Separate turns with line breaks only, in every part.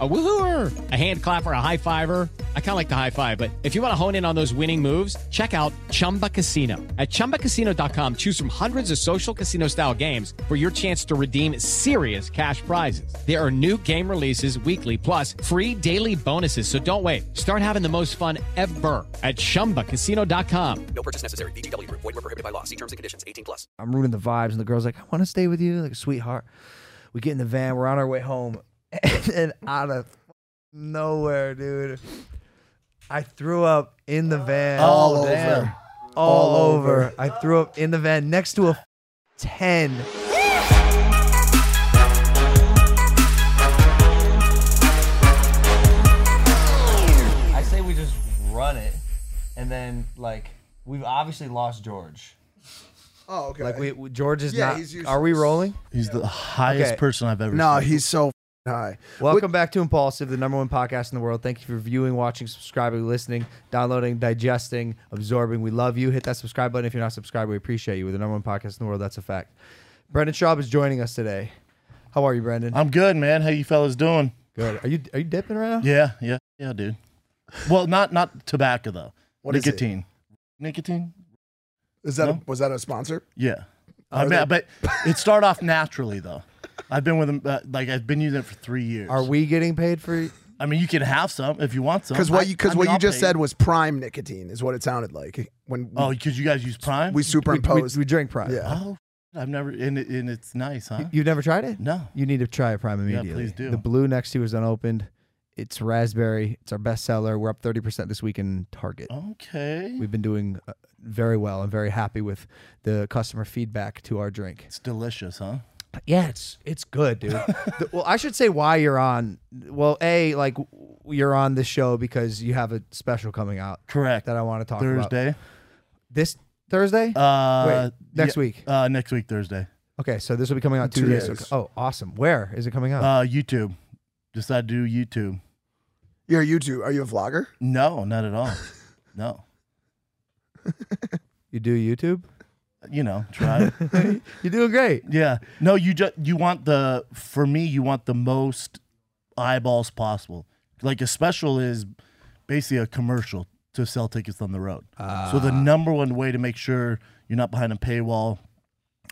A woohooer, a hand clapper, a high fiver. I kind of like the high five, but if you want to hone in on those winning moves, check out Chumba Casino. At chumbacasino.com, choose from hundreds of social casino style games for your chance to redeem serious cash prizes. There are new game releases weekly, plus free daily bonuses. So don't wait. Start having the most fun ever at chumbacasino.com.
No purchase necessary. BGW. Void were prohibited by law. See terms and conditions. 18 plus.
I'm ruining the vibes. And the girl's like, I want to stay with you, like a sweetheart. We get in the van, we're on our way home. And, then out of nowhere, dude, I threw up in the van.
All over. damn.
All, over. I threw up in the van next to a 10.
I say we just run it, and then like we've obviously lost George.
Oh, okay.
Like, we, we- George is
Yeah,
not.
he's useless.
Are we rolling?
He's the highest
Okay.
person I've ever
no,
seen.
he's so f***ing high.
Welcome back to Impulsive, the number one podcast in the world. Thank you for viewing, watching, subscribing, listening, downloading, digesting, absorbing. We love you. Hit that subscribe button if you're not subscribed. We appreciate you. We're the number one podcast in the world. That's a fact. Brendan Schaub is joining us today. How are you, Brendan?
I'm good, man. How you fellas doing?
Good. Are you are you dipping right now?
Yeah, yeah, yeah, dude. Well, not not tobacco though.
What is it?
Nicotine. Nicotine?
Is that a,
No?
was that a sponsor?
Yeah. I mean, but it started off naturally though. I've been with him uh, like I've been using it for three years.
Are we getting paid for?
I mean, you can have some if you want some.
Because what
I-
you because
I mean,
what you
I'll
just
pay.
said was prime nicotine is what it sounded like when we,
Oh, because you guys use Prime.
we
We,
superimposed.
we drink Prime.
yeah,
oh, I've never and, it, and it's nice, huh?
You've never tried it?
no,
You need to try it Prime immediately.
please do.
The blue next to you is unopened. It's raspberry. It's our best seller. We're up thirty percent this week in Target.
okay,
We've been doing uh, very well. I'm very happy with the customer feedback to our drink.
it's delicious, huh?
Yeah, it's it's good, dude. The- well, I should say why you're on. Well, a like w- you're on this show because you have a special coming out
Correct.
that I want to talk about
Thursday.
this Thursday.
Uh,
Wait, next
yeah,
week.
Uh, next week Thursday.
okay, so this will be coming out
Two
two days.
days.
oh, awesome! Where is it coming out?
Uh, YouTube. Decided to do YouTube.
you're a YouTube. Are you a vlogger?
No, not at all. No.
you do YouTube.
You know, try it.
You're doing great.
yeah. No, you just you want the for me, you want the most eyeballs possible. Like a special is basically a commercial to sell tickets on the road. so the number one way to make sure you're not behind a paywall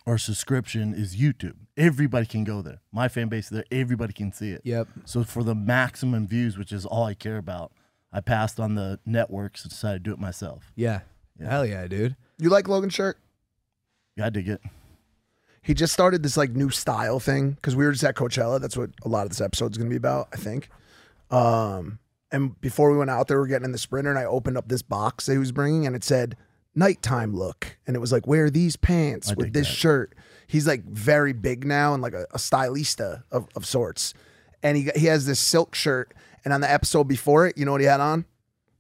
or subscription is YouTube. Everybody can go there. My fan base is there, everybody can see it.
Yep.
So for the maximum views, which is all I care about, I passed on the networks and decided to do it myself.
Yeah. Hell yeah, dude.
You like Logan shirt?
Yeah, I dig it.
He just started this like new style thing because we were just at Coachella. That's what a lot of this episode's gonna be about, I think. Um, and before we went out there, we are getting in the sprinter, and I opened up this box that he was bringing, and it said "nighttime look," and it was like wear these pants
I
with
dig
this
that.
shirt. He's like very big now and like a, a stylista of, of sorts, and he he has this silk shirt. And on the episode before it, you know what he had on?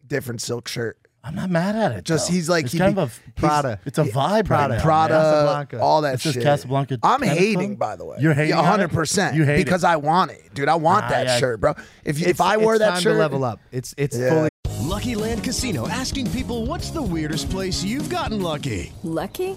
Different silk shirt.
I'm not mad at it.
Just
though.
he's like
it's
he
kind
be-
of a
he's-
Prada. It's a vibe.
Prada.
right now,
Prada,
man.
Casablanca.
all that
It's just
shit.
Casablanca.
I'm
Casablanca?
hating, by the way.
You're hating
Yeah,
on it?
100%.
You hate it.
Because I want it, dude. I want
Ah,
that
yeah.
shirt, bro. If you, if
It's-
I wear
it's
that
time
shirt,
to level up. It's it's
Yeah.
fully
Lucky Land Casino asking people what's the weirdest place you've gotten lucky?
Lucky?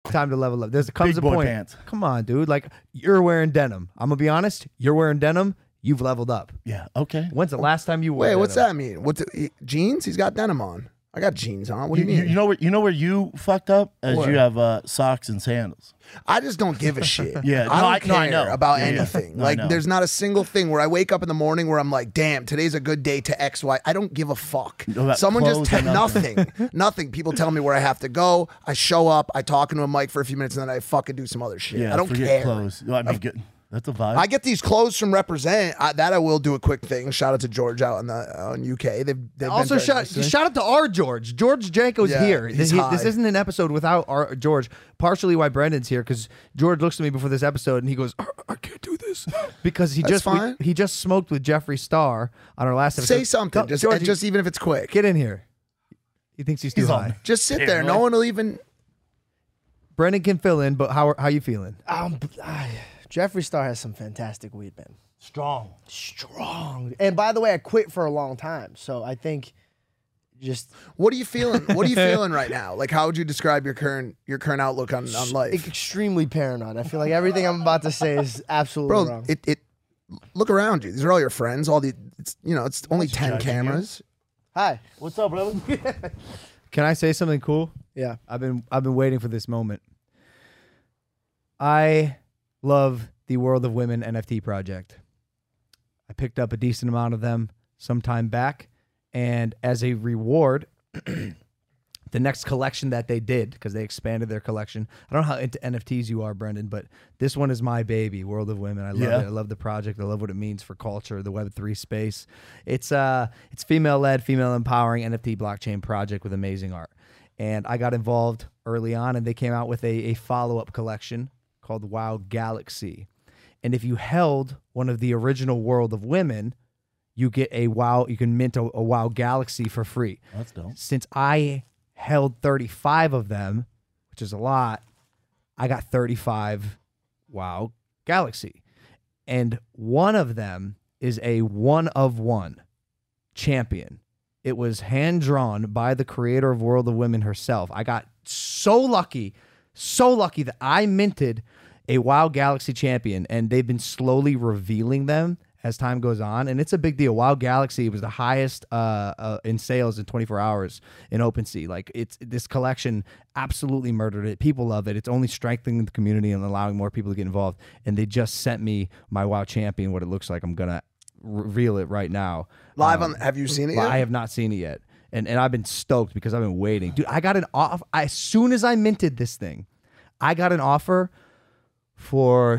time to level up. There's comes
Big
a
boy
point.
pants.
Come on, dude. Like you're wearing denim. I'm gonna be honest. You're wearing denim. You've leveled up.
Yeah. Okay.
When's the last time you wore?
wait, what's
denim?
that mean? What's it, jeans? He's got denim on. I got jeans on. What do
You,
you,
you-
mean?
you know where you know where you fucked up as
Where?
you have uh, socks and sandals.
I just don't give a shit.
Yeah, no,
I don't
I-
care
no, I know.
about
Yeah, yeah.
anything.
No, I
like,
know.
there's not a single thing where I wake up in the morning where I'm like, damn, today's a good day to X, Y. I don't give a fuck.
about
Someone
clothes
just te-
or nothing.
nothing, nothing. People tell me where I have to go. I show up. I talk into a mic for a few minutes, and then I fucking do some other shit.
Yeah.
I don't
forget
care.
clothes. Well, I mean, good. That's a vibe.
I get these clothes from Represent. I, that I will do a quick thing. Shout out to George out in the uh, in UK. They've, they've
also,
been very
shout,
nice to me.
shout out to our George. George Janko's
Yeah,
here. This,
he's
he-
high.
this isn't an episode without our George. Partially why Brendan's here because George looks at me before this episode and he goes, "I- "I can't do this," because he
That's
just we-
fine.
he just smoked with Jeffree Star on our last episode.
Say something,
Go-
just
George,
and just even if it's quick.
get in here. He thinks he's too
He's on
high.
it.
Just sit there. No one will even.
Brendan can fill in, but how are- how you feeling?
Um, I, Jeffree Star has some fantastic weed, man.
Strong.
Strong. And by the way, I quit for a long time, so I think just
What are you feeling? What are you feeling right now? Like, how would you describe your current your current outlook on, on life,
extremely paranoid. I feel like everything I'm about to say is absolutely
bro?
wrong.
It it look around you. These are all your friends. All the it's you know it's only ten
judging you.
cameras.
Hi.
What's up, brother?
Can I say something cool?
Yeah.
I've been I've been waiting for this moment. I love the World of Women NFT project. I picked up a decent amount of them some time back, and as a reward, the next collection that they did because they expanded their collection. I don't know how into NFTs you are, Brendan, but this one is my baby, World of Women. I love
Yeah.
it. I love the project. I love what it means for culture, the Web three space. It's uh, it's female led, female empowering NFT blockchain project with amazing art. And I got involved early on, and they came out with a, a follow up collection called Wow Galaxy. And if you held one of the original World of Women, you get a wow. You can mint a, a Wow Galaxy for free
That's dope.
since I held 35 of them, which is a lot, I got 35 Wow Galaxy. And one of them is a one of one champion. It was hand drawn by the creator of World of Women herself. I got so lucky, so lucky that I minted a WoW Galaxy champion, and they've been slowly revealing them as time goes on. And it's a big deal. WoW Galaxy was the highest uh, uh, in sales in 24 hours in OpenSea. Like it's this collection absolutely murdered it. People love it. It's only strengthening the community and allowing more people to get involved. And they just sent me my WoW champion. What it looks like. I'm gonna reveal it right now.
Live
Um,
on. Have you seen it?
well, I
Yet?
have not seen it yet. And and I've been stoked because I've been waiting. Dude, I got an off as soon as I minted this thing, I got an offer for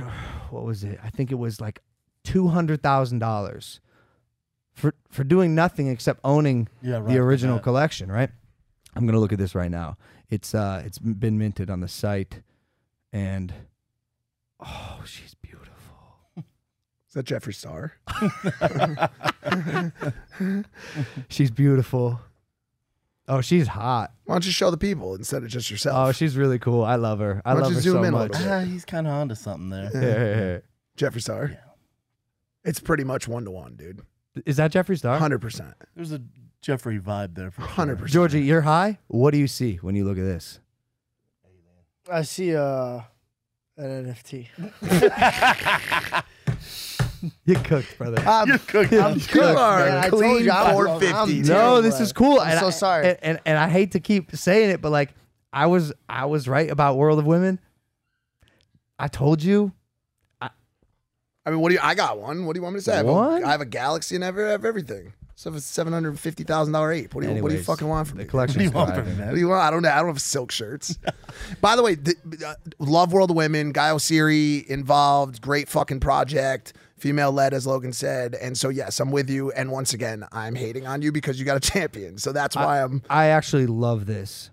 what was it? I think it was like two hundred thousand dollars for for doing nothing except owning
Yeah, right,
the original
that.
collection, right? I'm gonna look at this right now. It's uh it's been minted on the site and oh she's beautiful.
Is that Jeffree Star?
She's beautiful. Oh, she's hot.
Why don't you show the people instead of just yourself?
Oh, she's really cool. I love her. I
Why don't
love
you
her
zoom
so
in a
much.
little
Ah, he's kind of onto something there.
Hey, hey,
Jeffree Star. It's pretty much one to one, dude.
hey. Is that Jeffree Star?
Hundred percent.
There's a Jeffrey vibe there. For sure.
Hundred percent.
Georgie, you're high. What do you see when you look at this?
I see uh, an NFT.
You cooked, brother.
Um,
You're cooked.
I'm
You're
cooked, man. I told
clean
you, I'm-
450,
I'm
dude.
no,
terrible
this
at
is
it.
cool.
I'm
and
so
I-
sorry.
and, and and I hate to keep saying it, but like I was I was right about World of Women. I told you.
I mean, what do you? I got one. What do you want me to say? I have, a,
One?
I have a galaxy and I have, I have everything. So if it's seven hundred fifty thousand dollar ape, what do you? what do you
Anyways,
fucking want from
The
me?
What do you
collection's
want from
thriving.
What do
that?
you want? I don't know. I don't have silk shirts. By the way, th- uh, love World of Women. Guy Osiri involved. Great fucking project. Female led, as Logan said. And so yes, I'm with you. And once again, I'm hating on you because you got a champion. So that's why I'm.
I actually love this.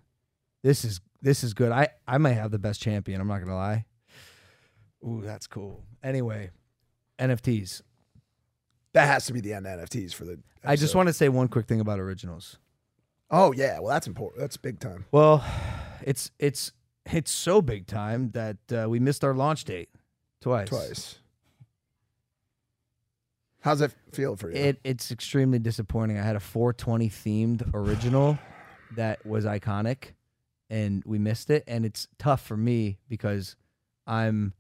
This is this is good. I I might have the best champion. I'm not gonna lie. Ooh, that's cool. Anyway, NFTs.
That has to be the end of NFTs for the.
I just
episode.
want to say one quick thing about originals.
Oh yeah, well that's important. That's big time.
Well, it's it's it's so big time that uh, we missed our launch date twice.
Twice. How's that feel for you?
It it's extremely disappointing. I had a 420 themed original that was iconic, and we missed it. And it's tough for me because I'm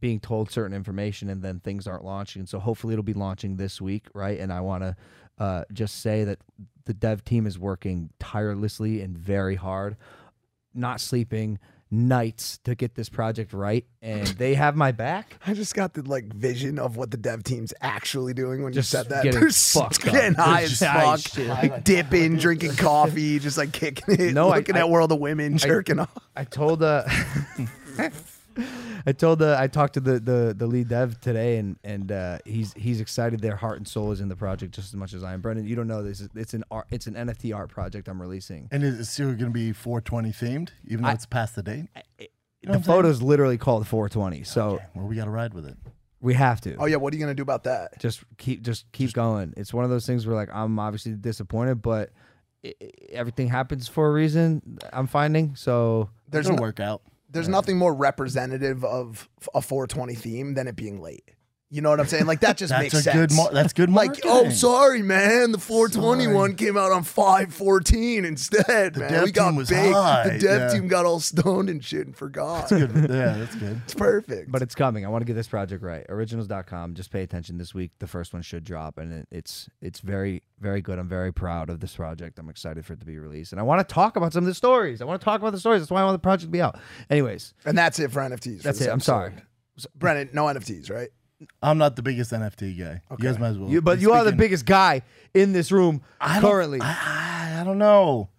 being told certain information and then things aren't launching. So hopefully it'll be launching this week, right? And I want to uh, just say that the dev team is working tirelessly and very hard, not sleeping nights to get this project right, and they have my back.
I just got the like vision of what the dev team's actually doing when
Just
you said that.
getting
They're s-
fucked up.
getting high
Just
as
high
fuck,
as shit.
like dipping, drinking coffee, just like kicking it,
No, I-
looking
I-
at World of Women, jerking off.
I told uh I told the I talked to the the, the lead dev today, and and uh, he's he's excited. Their heart and soul is in the project just as much as I am. Brendan, you don't know this. is- It's an art. It's an NFT art project I'm releasing.
And is it still going to be 420 themed, even though
I-
it's past the date? You know what
the
I'm saying?
photo's literally called 420. So
well, we got to ride with it.
We have to.
Oh yeah, what are you gonna do about that?
just keep just keep going. It's one of those things where like I'm obviously disappointed, but i i- everything happens for a reason. I'm finding so
There's It'll no- work
out.
There's nothing more representative of f- a 420 theme than it being late. You know what I'm saying? Like that just
That's
makes
a
sense.
good mar- that's good
Like, oh,
marketing.
sorry, man. The 421 came out on 514 instead, man.
dev
we got
team was
baked.
high,
The dev
yeah.
team got all stoned and shit and forgot.
that's good.
It's perfect.
But it's coming. I want to get this project right. Originals.com. Just pay attention this week. The first one should drop, and it, it's it's very very good. I'm very proud of this project. I'm excited for it to be released, and I want to talk about some of the stories. I want to talk about the stories. That's why I want the project to be out. Anyways,
and that's it for NFTs. for
That's
this
it. I'm sorry.
episode. Brennan, no NFTs, right?
I'm not the biggest NFT guy. You guys might as well.
You, but you are the
Speaking-
biggest guy in this room
I don't-
currently.
I, I don't know.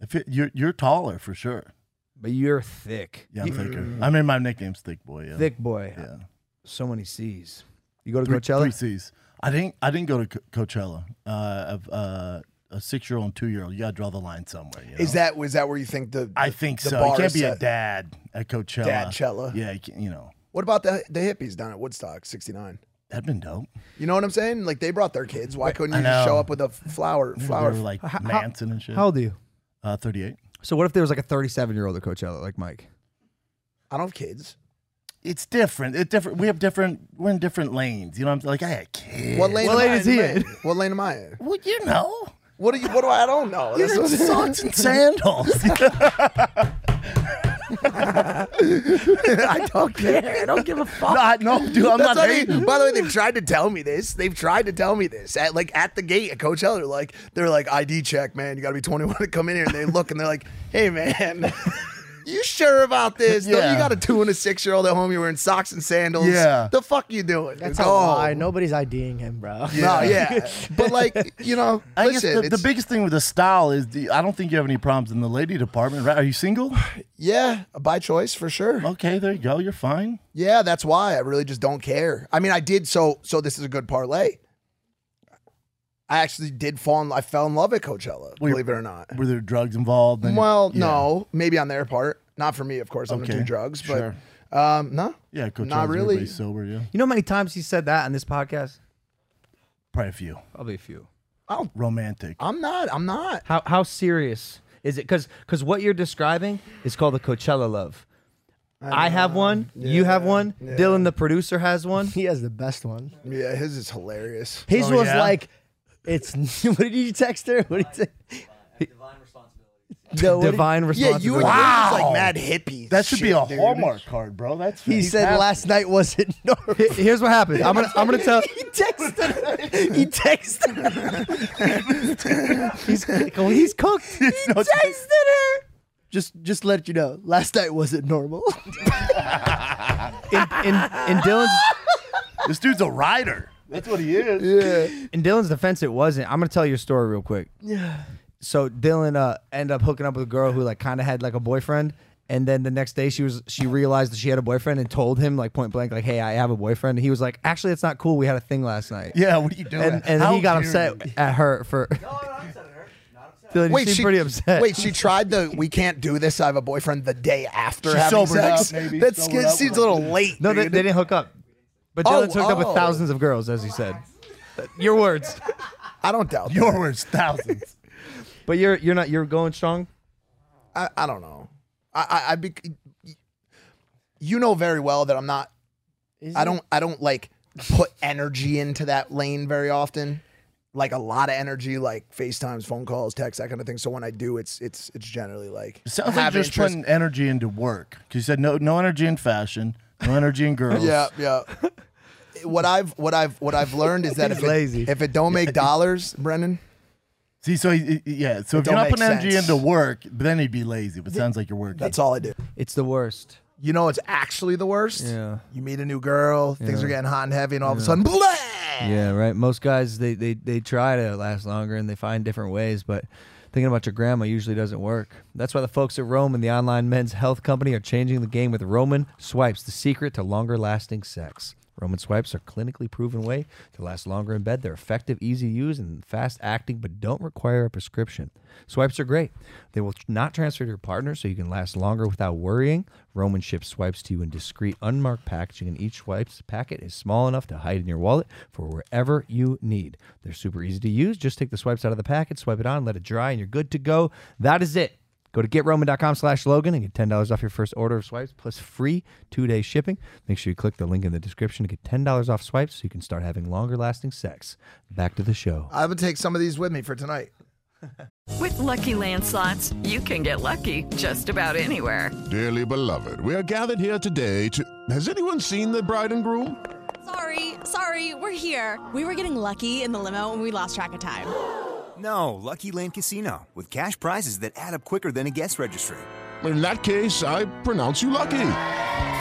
If it, you're you're taller for sure.
But you're thick.
Yeah, I'm
You- Mm.
thicker. I mean, my nickname's Thick Boy. Yeah.
Thick boy.
Yeah.
So many C's. You go to
three,
Coachella?
Three C's. I didn't. I didn't go to Co- Coachella. Uh, I've, uh, a six-year-old and two-year-old. You gotta draw the line somewhere. You know?
Is that was that where you think the
I think
the
so. You
bar
can't
is
be a
set?
dad at Coachella.
Dadcella.
Yeah, you, can't- you know
What about the the hippies down at Woodstock '69?
that'd been dope.
You know what I'm saying? Like they brought their kids. Why couldn't
I
you just
know.
show up with a flower?
They
Flower.
were like
How- how-
Manson and shit.
How old are you?
Uh, Thirty-eight.
So what if there was like a 37 year old at Coachella, like Mike?
I don't have kids.
It's different. It's different. We have different. We're in different lanes. You know. what I'm saying? like I had kids.
What lane?
What
am
lane
I
is he
man?
in?
What lane am I in?
Well, you know.
What do you? What do I? I don't know.
You're
That's
in
what-
socks and sandals.
I don't care. I don't give a fuck.
No, I- no, dude, I'm
That's
not
what I-
hating.
by the way, they've tried to tell me this. They've tried to tell me this at like at the gate at Coachella. They're like, they're like ID check, man. You got to be 21 to come in here. And they look and they're like, hey, man. You sure about this? Don't
Yeah.
you got a two and a six year old at home. You're wearing socks and sandals.
Yeah.
The fuck you doing?
That's
Go.
a lie. Nobody's IDing him, bro.
No, yeah. but like, you know,
I
listen,
guess the,
it's-
the biggest thing with the style is the, I don't think you have any problems in the lady department, right? Are you single?
yeah, by choice for sure.
Okay, there you go. You're fine.
Yeah, that's why I really just don't care. I mean, I did so. So this is a good parlay. I actually did fall in. I fell in love at Coachella.
Well,
believe it or not.
Were there drugs involved? And-
Well,
yeah.
no, maybe on their part, not for me, of course. I don't
Okay,
do drugs,
sure.
but um, no,
Yeah, Coachella's
not really.
everybody's sober. Yeah,
You know how many times he said that on this podcast?
probably a few.
Probably a few.
Romantic.
I'm not. I'm not.
How how serious is it? Because because what you're describing is called the Coachella love. I, have one. you have one. Dylan, the producer, has one.
He has the best one.
Yeah, his is hilarious.
His
Oh,
was
yeah?
like, it's. what did you text her? What did you say? No, what did-
Divine
Yeah, you
responsibility.
were
Wow.
like mad hippie.
That should be a
shit, dude.
Hallmark card, bro. That's
He
he's
said
happy.
last night wasn't normal.
He- Here's what happened. I'm gonna I'm gonna tell.
he texted her. He texted her.
He's he's cooked.
He texted her. Just, just let you know. Last night wasn't normal.
In, in, in Dylan's
This dude's a rider. That's what he is.
in Dylan's defense, it wasn't. I'm gonna tell your story real quick. Yeah. So Dylan uh, ended up hooking up with a girl who like kind of had like a boyfriend, and then the next day she was she realized that she had a boyfriend and told him like point blank like, "Hey, I have a boyfriend." And he was like, "Actually, it's not cool. We had a thing last night."
Yeah, what are you doing?
And, and
How
he got
dare
upset
you?
at her for. No, not upset at her. Not upset. Dylan, you seem pretty upset.
Wait, she tried the "we can't do this." I have a boyfriend the day after
She
having
sobered up,
sex.
maybe.
That
Sobered up.
seems a little late.
no, they,
dude.
they didn't hook up. But
Oh,
Dylan's hooked up with
oh.
thousands of girls, as he said. Your words.
I don't doubt that.
Your words, thousands.
But you're you're not you're going strong.
I, I don't know. I, I, I be, you know very well that I'm not. I don't. I don't like put energy into that lane very often. Like a lot of energy, like FaceTimes, phone calls, texts, that kind of thing. So when I do, it's it's it's generally like
Sounds
have
like you're just
interest.
putting energy into work. 'Cause you said no, no energy in fashion, no energy in girls.
Yeah, yeah. What I've what I've what I've learned is that if
lazy.
It, if it don't make dollars, Brennan,
See, so he- he- yeah, so if
don't
you're not
make
putting energy
sense.
into work, then he'd be lazy. But it sounds like you're working.
that's all I do.
It's the worst.
You know, it's actually the worst.
Yeah.
You meet a new girl, things are getting hot and heavy, and all of a sudden, blah.
Yeah, right. Most guys they, they they try to last longer and they find different ways, but Thinking about your grandma usually doesn't work. That's why the folks at Roman, the online men's health company, are changing the game with Roman Swipes, the secret to longer lasting sex. Roman Swipes are clinically proven way to last longer in bed. They're effective, easy to use, and fast acting, but don't require a prescription. Swipes are great. They will not transfer to your partner, so you can last longer without worrying. Roman ships swipes to you in discreet, unmarked packaging, and each swipes packet is small enough to hide in your wallet for wherever you need. They're super easy to use. Just take the swipes out of the packet, swipe it on, let it dry, and you're good to go. That is it. Go to getroman.com slash Logan and get $10 off your first order of swipes plus free two day shipping. Make sure you click the link in the description to get $10 off swipes so you can start having longer lasting sex. Back to the show.
I would take some of these with me for tonight.
With Lucky Land slots, you can get lucky just about anywhere.
Dearly beloved, we are gathered here today to. Has anyone seen the bride and groom?
Sorry, sorry, we're here. We were getting lucky in the limo and we lost track of time.
No, Lucky Land Casino, with cash prizes that add up quicker than a guest registry.
In that case, I pronounce you lucky.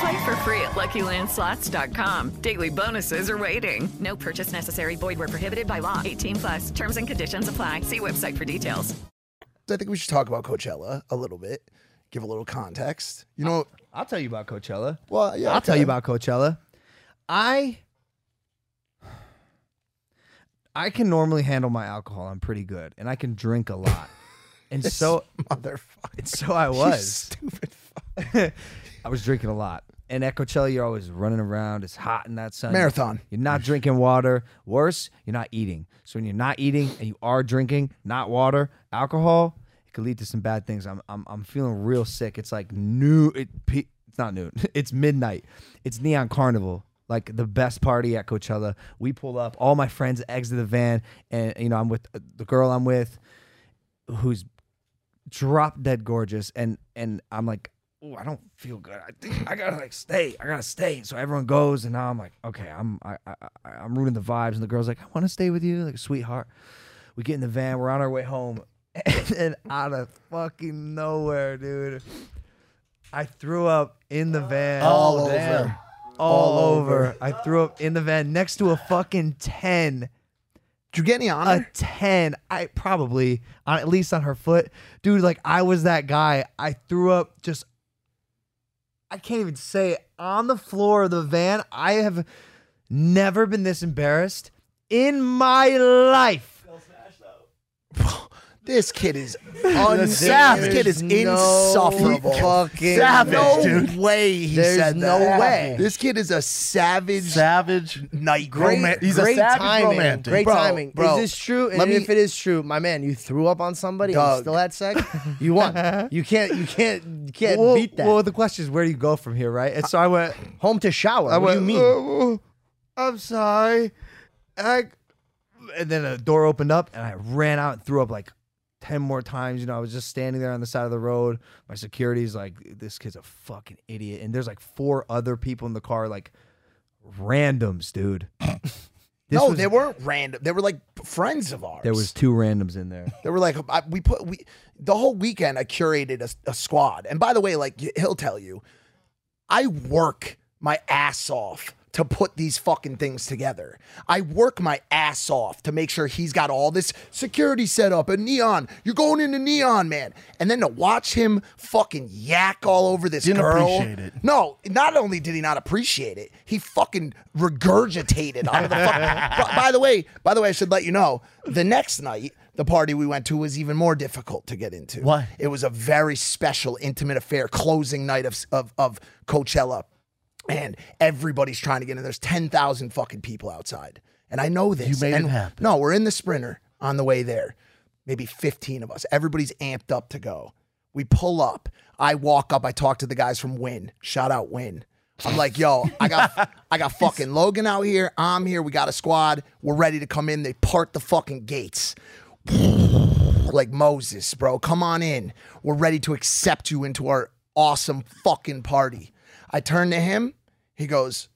Play for free at LuckyLandSlots.com. Daily bonuses are waiting. No purchase necessary. Void were prohibited by law. 18 plus. Terms and conditions apply. See website for details.
I think we should talk about Coachella a little bit, give a little context. You know,
I'll tell you about Coachella.
Well, yeah,
I'll tell you
okay.
about Coachella. I I can normally handle my alcohol. I'm pretty good, and I can drink a lot. And
This
so,
motherfucker.
And so I
You
was
stupid.
I was drinking a lot. And at Coachella, you're always running around. It's hot in that sun.
Marathon.
You're not drinking water. Worse, you're not eating. So when you're not eating and you are drinking, not water, alcohol, it could lead to some bad things. I'm I'm, I'm feeling real sick. It's like new. It, pe- it's not noon. It's midnight. It's Neon Carnival. Like the best party at Coachella. We pull up. All my friends exit the van, and you know I'm with uh, the girl I'm with, who's drop dead gorgeous and and i'm like oh i don't feel good i think i gotta like stay i gotta stay so everyone goes and now i'm like okay i'm i, I I- i'm ruining the vibes and the girl's like i want to stay with you like sweetheart we get in the van we're on our way home and, then out of fucking nowhere dude i threw up in the van
All
Oh,
over.
damn. all,
All
over
over.
i threw up in the van next to a fucking 10
Did you get any honor?
A ten, I probably on, at least on her foot, dude. Like I was that guy. I threw up just. I can't even say it. on the floor of the van. I have never been this embarrassed in my life.
This kid is
Listen,
unsaved. This kid is
there's no
insufferable.
fucking
Savage.
way,
no
dude.
way he
There's
said that.
no way.
This kid is a savage,
savage
night
Great,
roman-
great timing. Great
Bro,
timing.
Bro,
is this true? And
let me.
if it is true, my man, you threw up on somebody and
Doug.
still had sex. You won. you can't. You can't. You can't
well,
beat that.
Well, the question is, where do you go from here, right? And so I went.
Home to shower.
I
what
went.
do you mean?
"Oh, I'm sorry. I, and then a door opened up, and I ran out and threw up like ten more times. You know, I was just standing there on the side of the road. My security's like, "This kid's a fucking idiot." And there's like four other people in the car, like randoms, dude. This
no,
was-
they weren't random. They were like friends of ours.
There was two randoms in there.
They were like, I, we put we the whole weekend. I curated a, a squad, and by the way, like y- he'll tell you, I work my ass off to put these fucking things together. I work my ass off to make sure he's got all this security set up and neon. You're going into neon, man, and then to watch him fucking yak all over this
Didn't
girl.
appreciate it.
No, not only did he not appreciate it, he fucking regurgitated out of the fuck. By- by the way, by the way, I should let you know the next night, the party we went to was even more difficult to get into.
Why?
It was a very special, intimate affair, closing night of of, of Coachella, and everybody's trying to get in. There's ten thousand fucking people outside, and I know this.
You made it
and-
happen.
No, we're in the sprinter on the way there. Maybe fifteen of us. Everybody's amped up to go. We pull up. I walk up. I talk to the guys from Win. Shout out Win. I'm like, yo, I got, I got fucking Logan out here. I'm here. We got a squad. We're ready to come in. They part the fucking gates like Moses, bro. Come on in. We're ready to accept you into our awesome fucking party. I turn to him. He goes,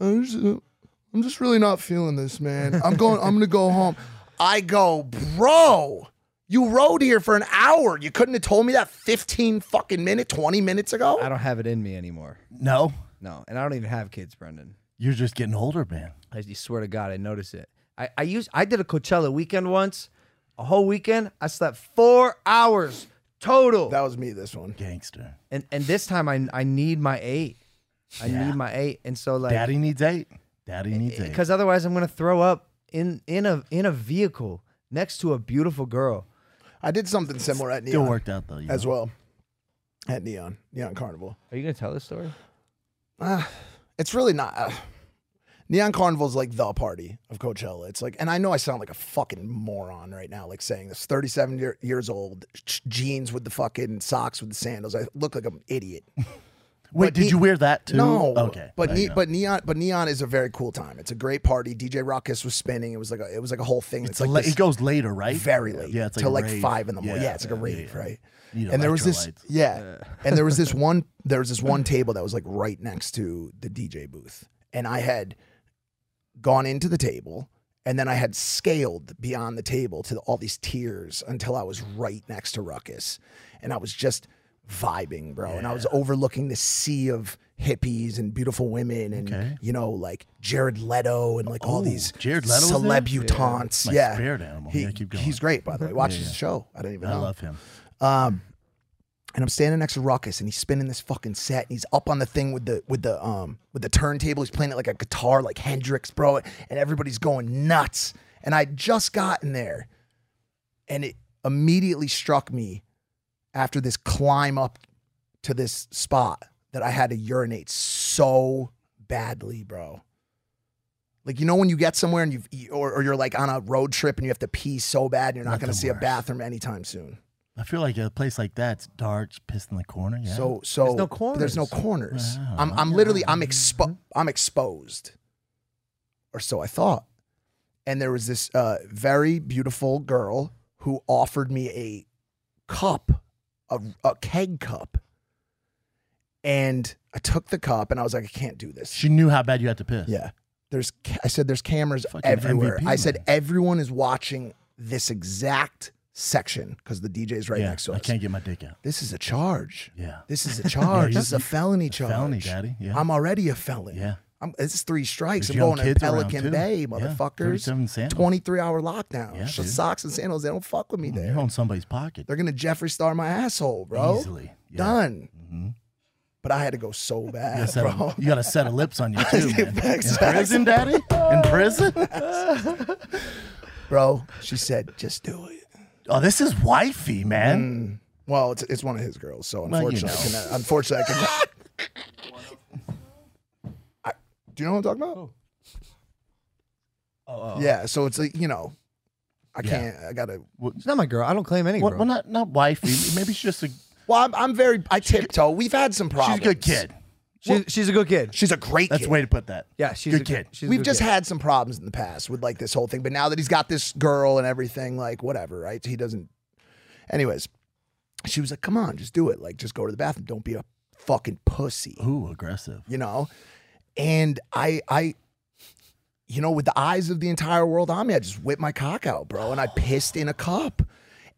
I'm just, I'm just really not feeling this, man. I'm going, I'm going to go home. I go, bro, you rode here for an hour. You couldn't have told me that 15 fucking minute, 20 minutes ago.
I don't have it in me anymore.
No,
No, and I don't even have kids, Brendan.
you're just getting older, man.
I swear to God, I notice it. I, I used I did a Coachella weekend once. a whole weekend. I slept four hours total. That
was me this one.
Gangster.
And and this time I I need my eight. I need my eight. And so like
Daddy needs eight. Daddy
Eh,
needs eight.
because otherwise I'm gonna throw up in in a in a vehicle next to a beautiful girl.
I did something similar at
Still
Neon
worked out though. you
as
know.
well at Neon Neon Carnival.
Are you gonna tell this story?
Uh, it's really not. Uh, Neon Carnival's like the party of Coachella. It's like, and I know I sound like a fucking moron right now, like saying this. Thirty-seven year, years old, ch- jeans with the fucking socks with the sandals. I look like an idiot.
Wait,
But
did
Ne-
you wear that too?
No.
Okay.
But
there
ne-
you go.
but neon but neon is a very cool time. It's a great party. DJ Ruckus was spinning. It was like a it was like a whole thing.
It's
like
la-
this-
it goes later, right?
Very late.
Yeah, it's like a
till like
rave.
five in the morning.
Yeah,
Yeah, it's like a
yeah,
rave,
yeah.
right?
You need
and there was this
electrolytes.
yeah, and there was this one there was this one table that was like right next to the DJ booth, and I had gone into the table. And then I had scaled beyond the table to all these tiers until I was right next to Ruckus. And I was just vibing, bro. And I was overlooking this sea of hippies and beautiful women and, you know, like Jared Leto and like all these
Jared Leto was there?
celebutants.
My
Yeah.
spirit animal.
He-
Yeah, keep going.
He's great, by the way. Watch
Yeah,
his
yeah.
show. I don't even
I
know.
love him.
Um, and I'm standing next to Ruckus, and he's spinning this fucking set, and he's up on the thing with the with the um with the turntable. He's playing it like a guitar, like Hendrix, bro, and everybody's going nuts. And I just gotten there, and it immediately struck me after this climb up to this spot that I had to urinate so badly, bro. Like you know when you get somewhere and you've or, or you're like on a road trip and you have to pee so bad and you're not
Nothing
going to see a
worse.
bathroom anytime soon.
I feel like a place like that's dark, just pissed in the corner. Yeah.
So so but There's no corners. I'm I'm literally I'm expo- I'm exposed, or so I thought. And there was this uh, very beautiful girl who offered me a cup, a, a keg cup, and I took the cup and I was like, I can't do this.
She knew how bad you had to piss.
Yeah. There's ca- I said there's cameras
Fucking
everywhere.
MVP,
I said everyone is watching this exact section because the DJ's right
Yeah,
next to
I
us.
can't get my dick out.
This is a charge.
Yeah.
This is
Yeah,
a charge.
you-
this is a felony charge.
felony, daddy. Yeah.
I'm already a felon.
Yeah.
I'm, this is three strikes.
There's
I'm
young
going to
kids around,
Pelican
too.
Bay,
Yeah,
motherfuckers.
37 sandals.
23 hour lockdown.
Yeah,
the
dude. Mm,
socks and sandals, they don't fuck with me there.
You're on somebody's pocket.
They're going to Jeffree Star my asshole, bro.
Easily, Mm-hmm.
Done. But I had to go so bad,
You gotta set a-
bro.
you got to set a lips on you too, man. In
Exactly.
prison, daddy. In prison.
bro, she said, just do it.
Oh, this is wifey, man.
Mm. Well, it's, it's one of his girls, so
Well, you
unfortunately,
know.
I cannot, unfortunately, I cannot. I- do you know what I'm talking about?
Oh,
Yeah, so it's like you know, I
Yeah.
can't. I gotta.
It's not my girl. I don't claim
Mm,
any
Well,
girl.
well, not not wifey. Maybe she's just a.
Well, I'm, I'm very. I tiptoe. We've had some problems.
She's a good kid.
She's, she's a good kid.
She's a great.
That's
kid.
the way to put that.
Yeah, she's
Good
a
kid.
She's a
We've
good
just
kid.
had some problems in the past with like this whole thing, but now that he's got this girl and everything, like whatever, right? He doesn't. Anyways, she was like, "Come on, just do it. Like, just go to the bathroom. Don't be a fucking pussy."
Ooh, aggressive.
you know and i i you know with the eyes of the entire world on me i just whipped my cock out bro
Oh.
and i pissed in a cup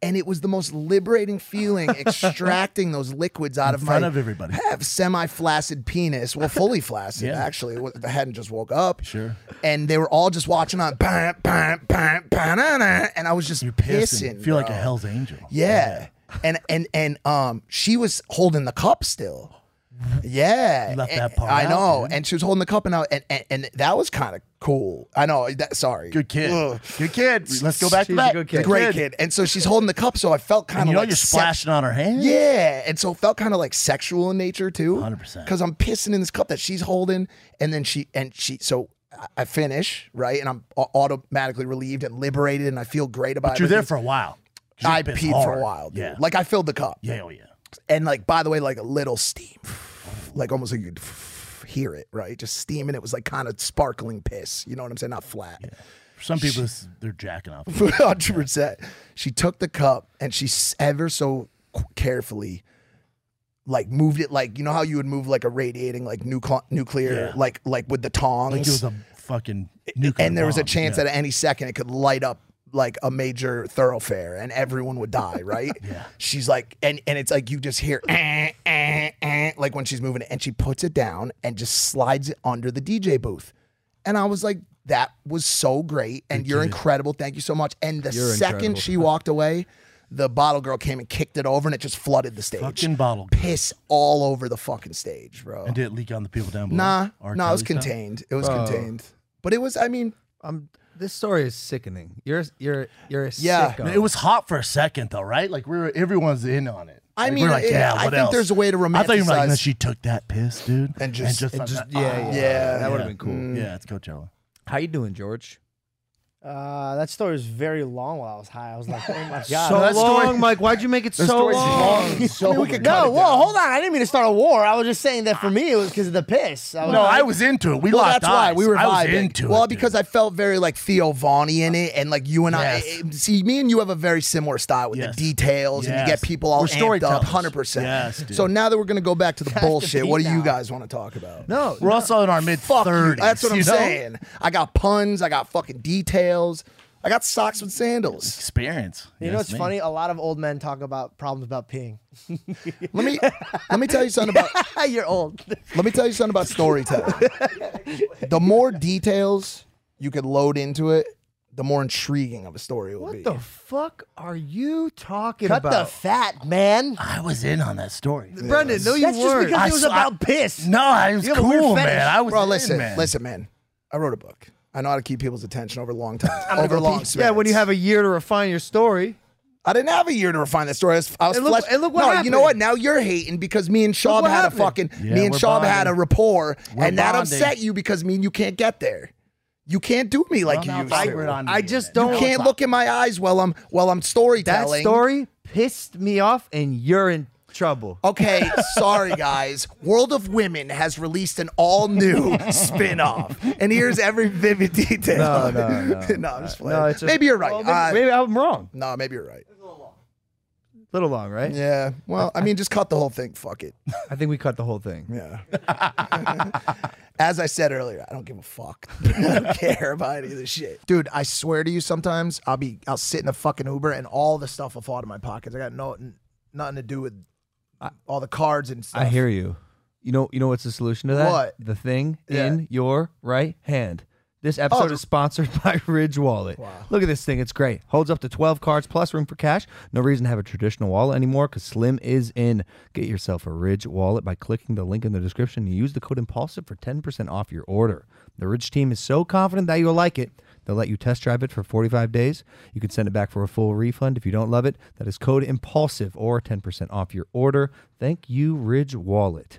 and it was the most liberating feeling extracting those liquids out
In
of
front
my
of everybody.
semi flaccid penis well fully flaccid
Yeah.
actually i hadn't just woke up
Sure.
and they were all just watching on bam, bam, bam, bam, na, na, and i was just pissing,
Feel like a
bro.
hell's angel.
yeah and and and um she was holding the cup still yeah
You left
and-
that part
i
out,
know
dude.
and she was holding the cup and, I, and, and and that was kind of cool i know that sorry
Good kid.
Ugh.
Good kid. Let's go back to that.
great kid and so she's holding the cup so i felt
And
kind of
you know
like
you're
sex-
splashing on her hand.
yeah and so it felt kind of like sexual in nature too
100%.
because i'm pissing in this cup that she's holding and then she and she so I- I finish right, and I'm au- automatically relieved and liberated, and I feel great about.
But you're there
everything.
for a while. 'Cause you
I
piss
peed for
hard.
a while, dude.
Yeah.
Like I filled the cup.
Yeah. Oh yeah.
And like, by the way, like a little steam, like almost like you'd hear it, right? Just steam, and it was like kind of sparkling piss. You know what I'm saying? Not flat.
For some people, it's- they're jacking off.
Hundred percent. She took the cup and she s- ever so qu- carefully, like moved it, like you know how you would move like a radiating like nucle- nuclear,
Yeah.
like like with the tongs.
Like it was a fucking nuclear.
and there was a
bomb.
chance
Yeah.
that at any second it could light up like a major thoroughfare and everyone would die, right? yeah. She's like, and and it's like you just hear eh, eh, eh, like when she's moving it, and she puts it down and just slides it under the DJ booth, and I was like, that was so great and you're incredible. Thank you so much. And the
You're
second
incredible.
she walked away, the bottle girl came and kicked it over and it just flooded the stage.
Fucking bottle girl.
Piss all over the fucking stage, bro.
And did it leak on the people down below?
Nah,
R.
nah, it was
Kelly style?
contained. It was
Bro.
contained. But it was, I mean,
um, this story is sickening. You're you're you're a sicko.
it was hot for a second though, right? Like we were, everyone's in on it.
I
Like,
mean,
we're like,
it-
yeah,
I
what
think
else?
there's a way to
I thought you were like, no,
romanticize-
she took that piss, dude,
And just- and
like
just-
that-
yeah,
oh,
yeah,
yeah.
that would've been cool. Mm.
Yeah, it's Coachella.
How you doing, George?
Uh, that story was very long while I was high. I was like, oh my
So
god,
long, Mike. Why'd you make it so
The story's
long?
long. no, whoa, hold on. I didn't mean to start a war. I was just saying that for me, it was because of the piss. I
No, I
was into it.
well, that's why we were
I was
vibing.
into
well, because I felt very like Theo Vaughny in it, and like you and
Yes.
I. it- see, me and you have a very similar style with
Yes.
the details, and you
Yes.
get people all
We're
amped up,
storytellers.
hundred percent.
Yes, dude.
So now that we're gonna go back to the bullshit, what do
beat
you
now.
guys want to talk about?
No,
we're also in our mid thirties.
That's what I'm saying. I got puns. I got fucking details. I got socks with sandals.
Experience.
You know what's funny? A lot of old men talk about problems about peeing.
Let me let me tell you something about
you're old.
Let me tell you something about storytelling. the more details you could load into it, the more intriguing of a story it will be.
What the fuck are you talking
Cut the
about?
fat, man.
I was in on that story,
Brendan. No, you weren't.
I saw-
piss.
No, I was
You have a weird
cool,
fetish.
man. I was
Bro,
in,
listen,
man.
listen, man. I wrote a book. I know how to keep people's attention over a long time.
I'm gonna
over
go
long
pee. Yeah, when you have a year to refine your story.
I didn't have a year to refine that story. I was, I was
And look-
flesh-
and look what
no, you know
happened.
what? Now you're hating because me and Shaw
what
had
happened.
a fucking
Yeah,
me and
we're
Shaw had a
bonding.
rapport,
We're
and that
bonding.
upset you because me and you can't get there. You can't do me like
Well,
you
now
used
I-
to.
we're on I to just it. don't-
You can't look in my eyes while I'm while I'm storytelling.
That story pissed me off, and you're in trouble.
Okay, sorry guys. World of Women has released an all new spin off. And here's every vivid detail.
No, no, no.
I'm just
Uh,
playing.
no, it's a-
maybe you're right.
Well, maybe- Uh, maybe I'm wrong.
No, maybe you're right.
Little long, right?
Yeah. Well, I mean, just cut the whole thing. Fuck it.
I think we cut the whole thing.
Yeah. As I said earlier, I don't give a fuck. I don't care about any of this shit. Dude, I swear to you, sometimes I'll be I'll sit in a fucking Uber and all the stuff will fall out of my pockets. I got no nothing to do with uh, all the cards and stuff.
I hear you. You know, you know what's the solution to that?
What?
The thing
Yeah.
in your right hand. This episode
the-
is sponsored by Ridge Wallet. Look at this thing; it's great. Holds up to twelve cards plus room for cash. No reason to have a traditional wallet anymore because Slim is in. Get yourself a Ridge Wallet by clicking the link in the description and use the code Impulsive for ten percent off your order. The Ridge team is so confident that you'll like it. They'll let you test drive it for 45 days. You can send it back for a full refund if you don't love it. That is code IMPULSIVE or 10% off your order. Thank you, Ridge Wallet.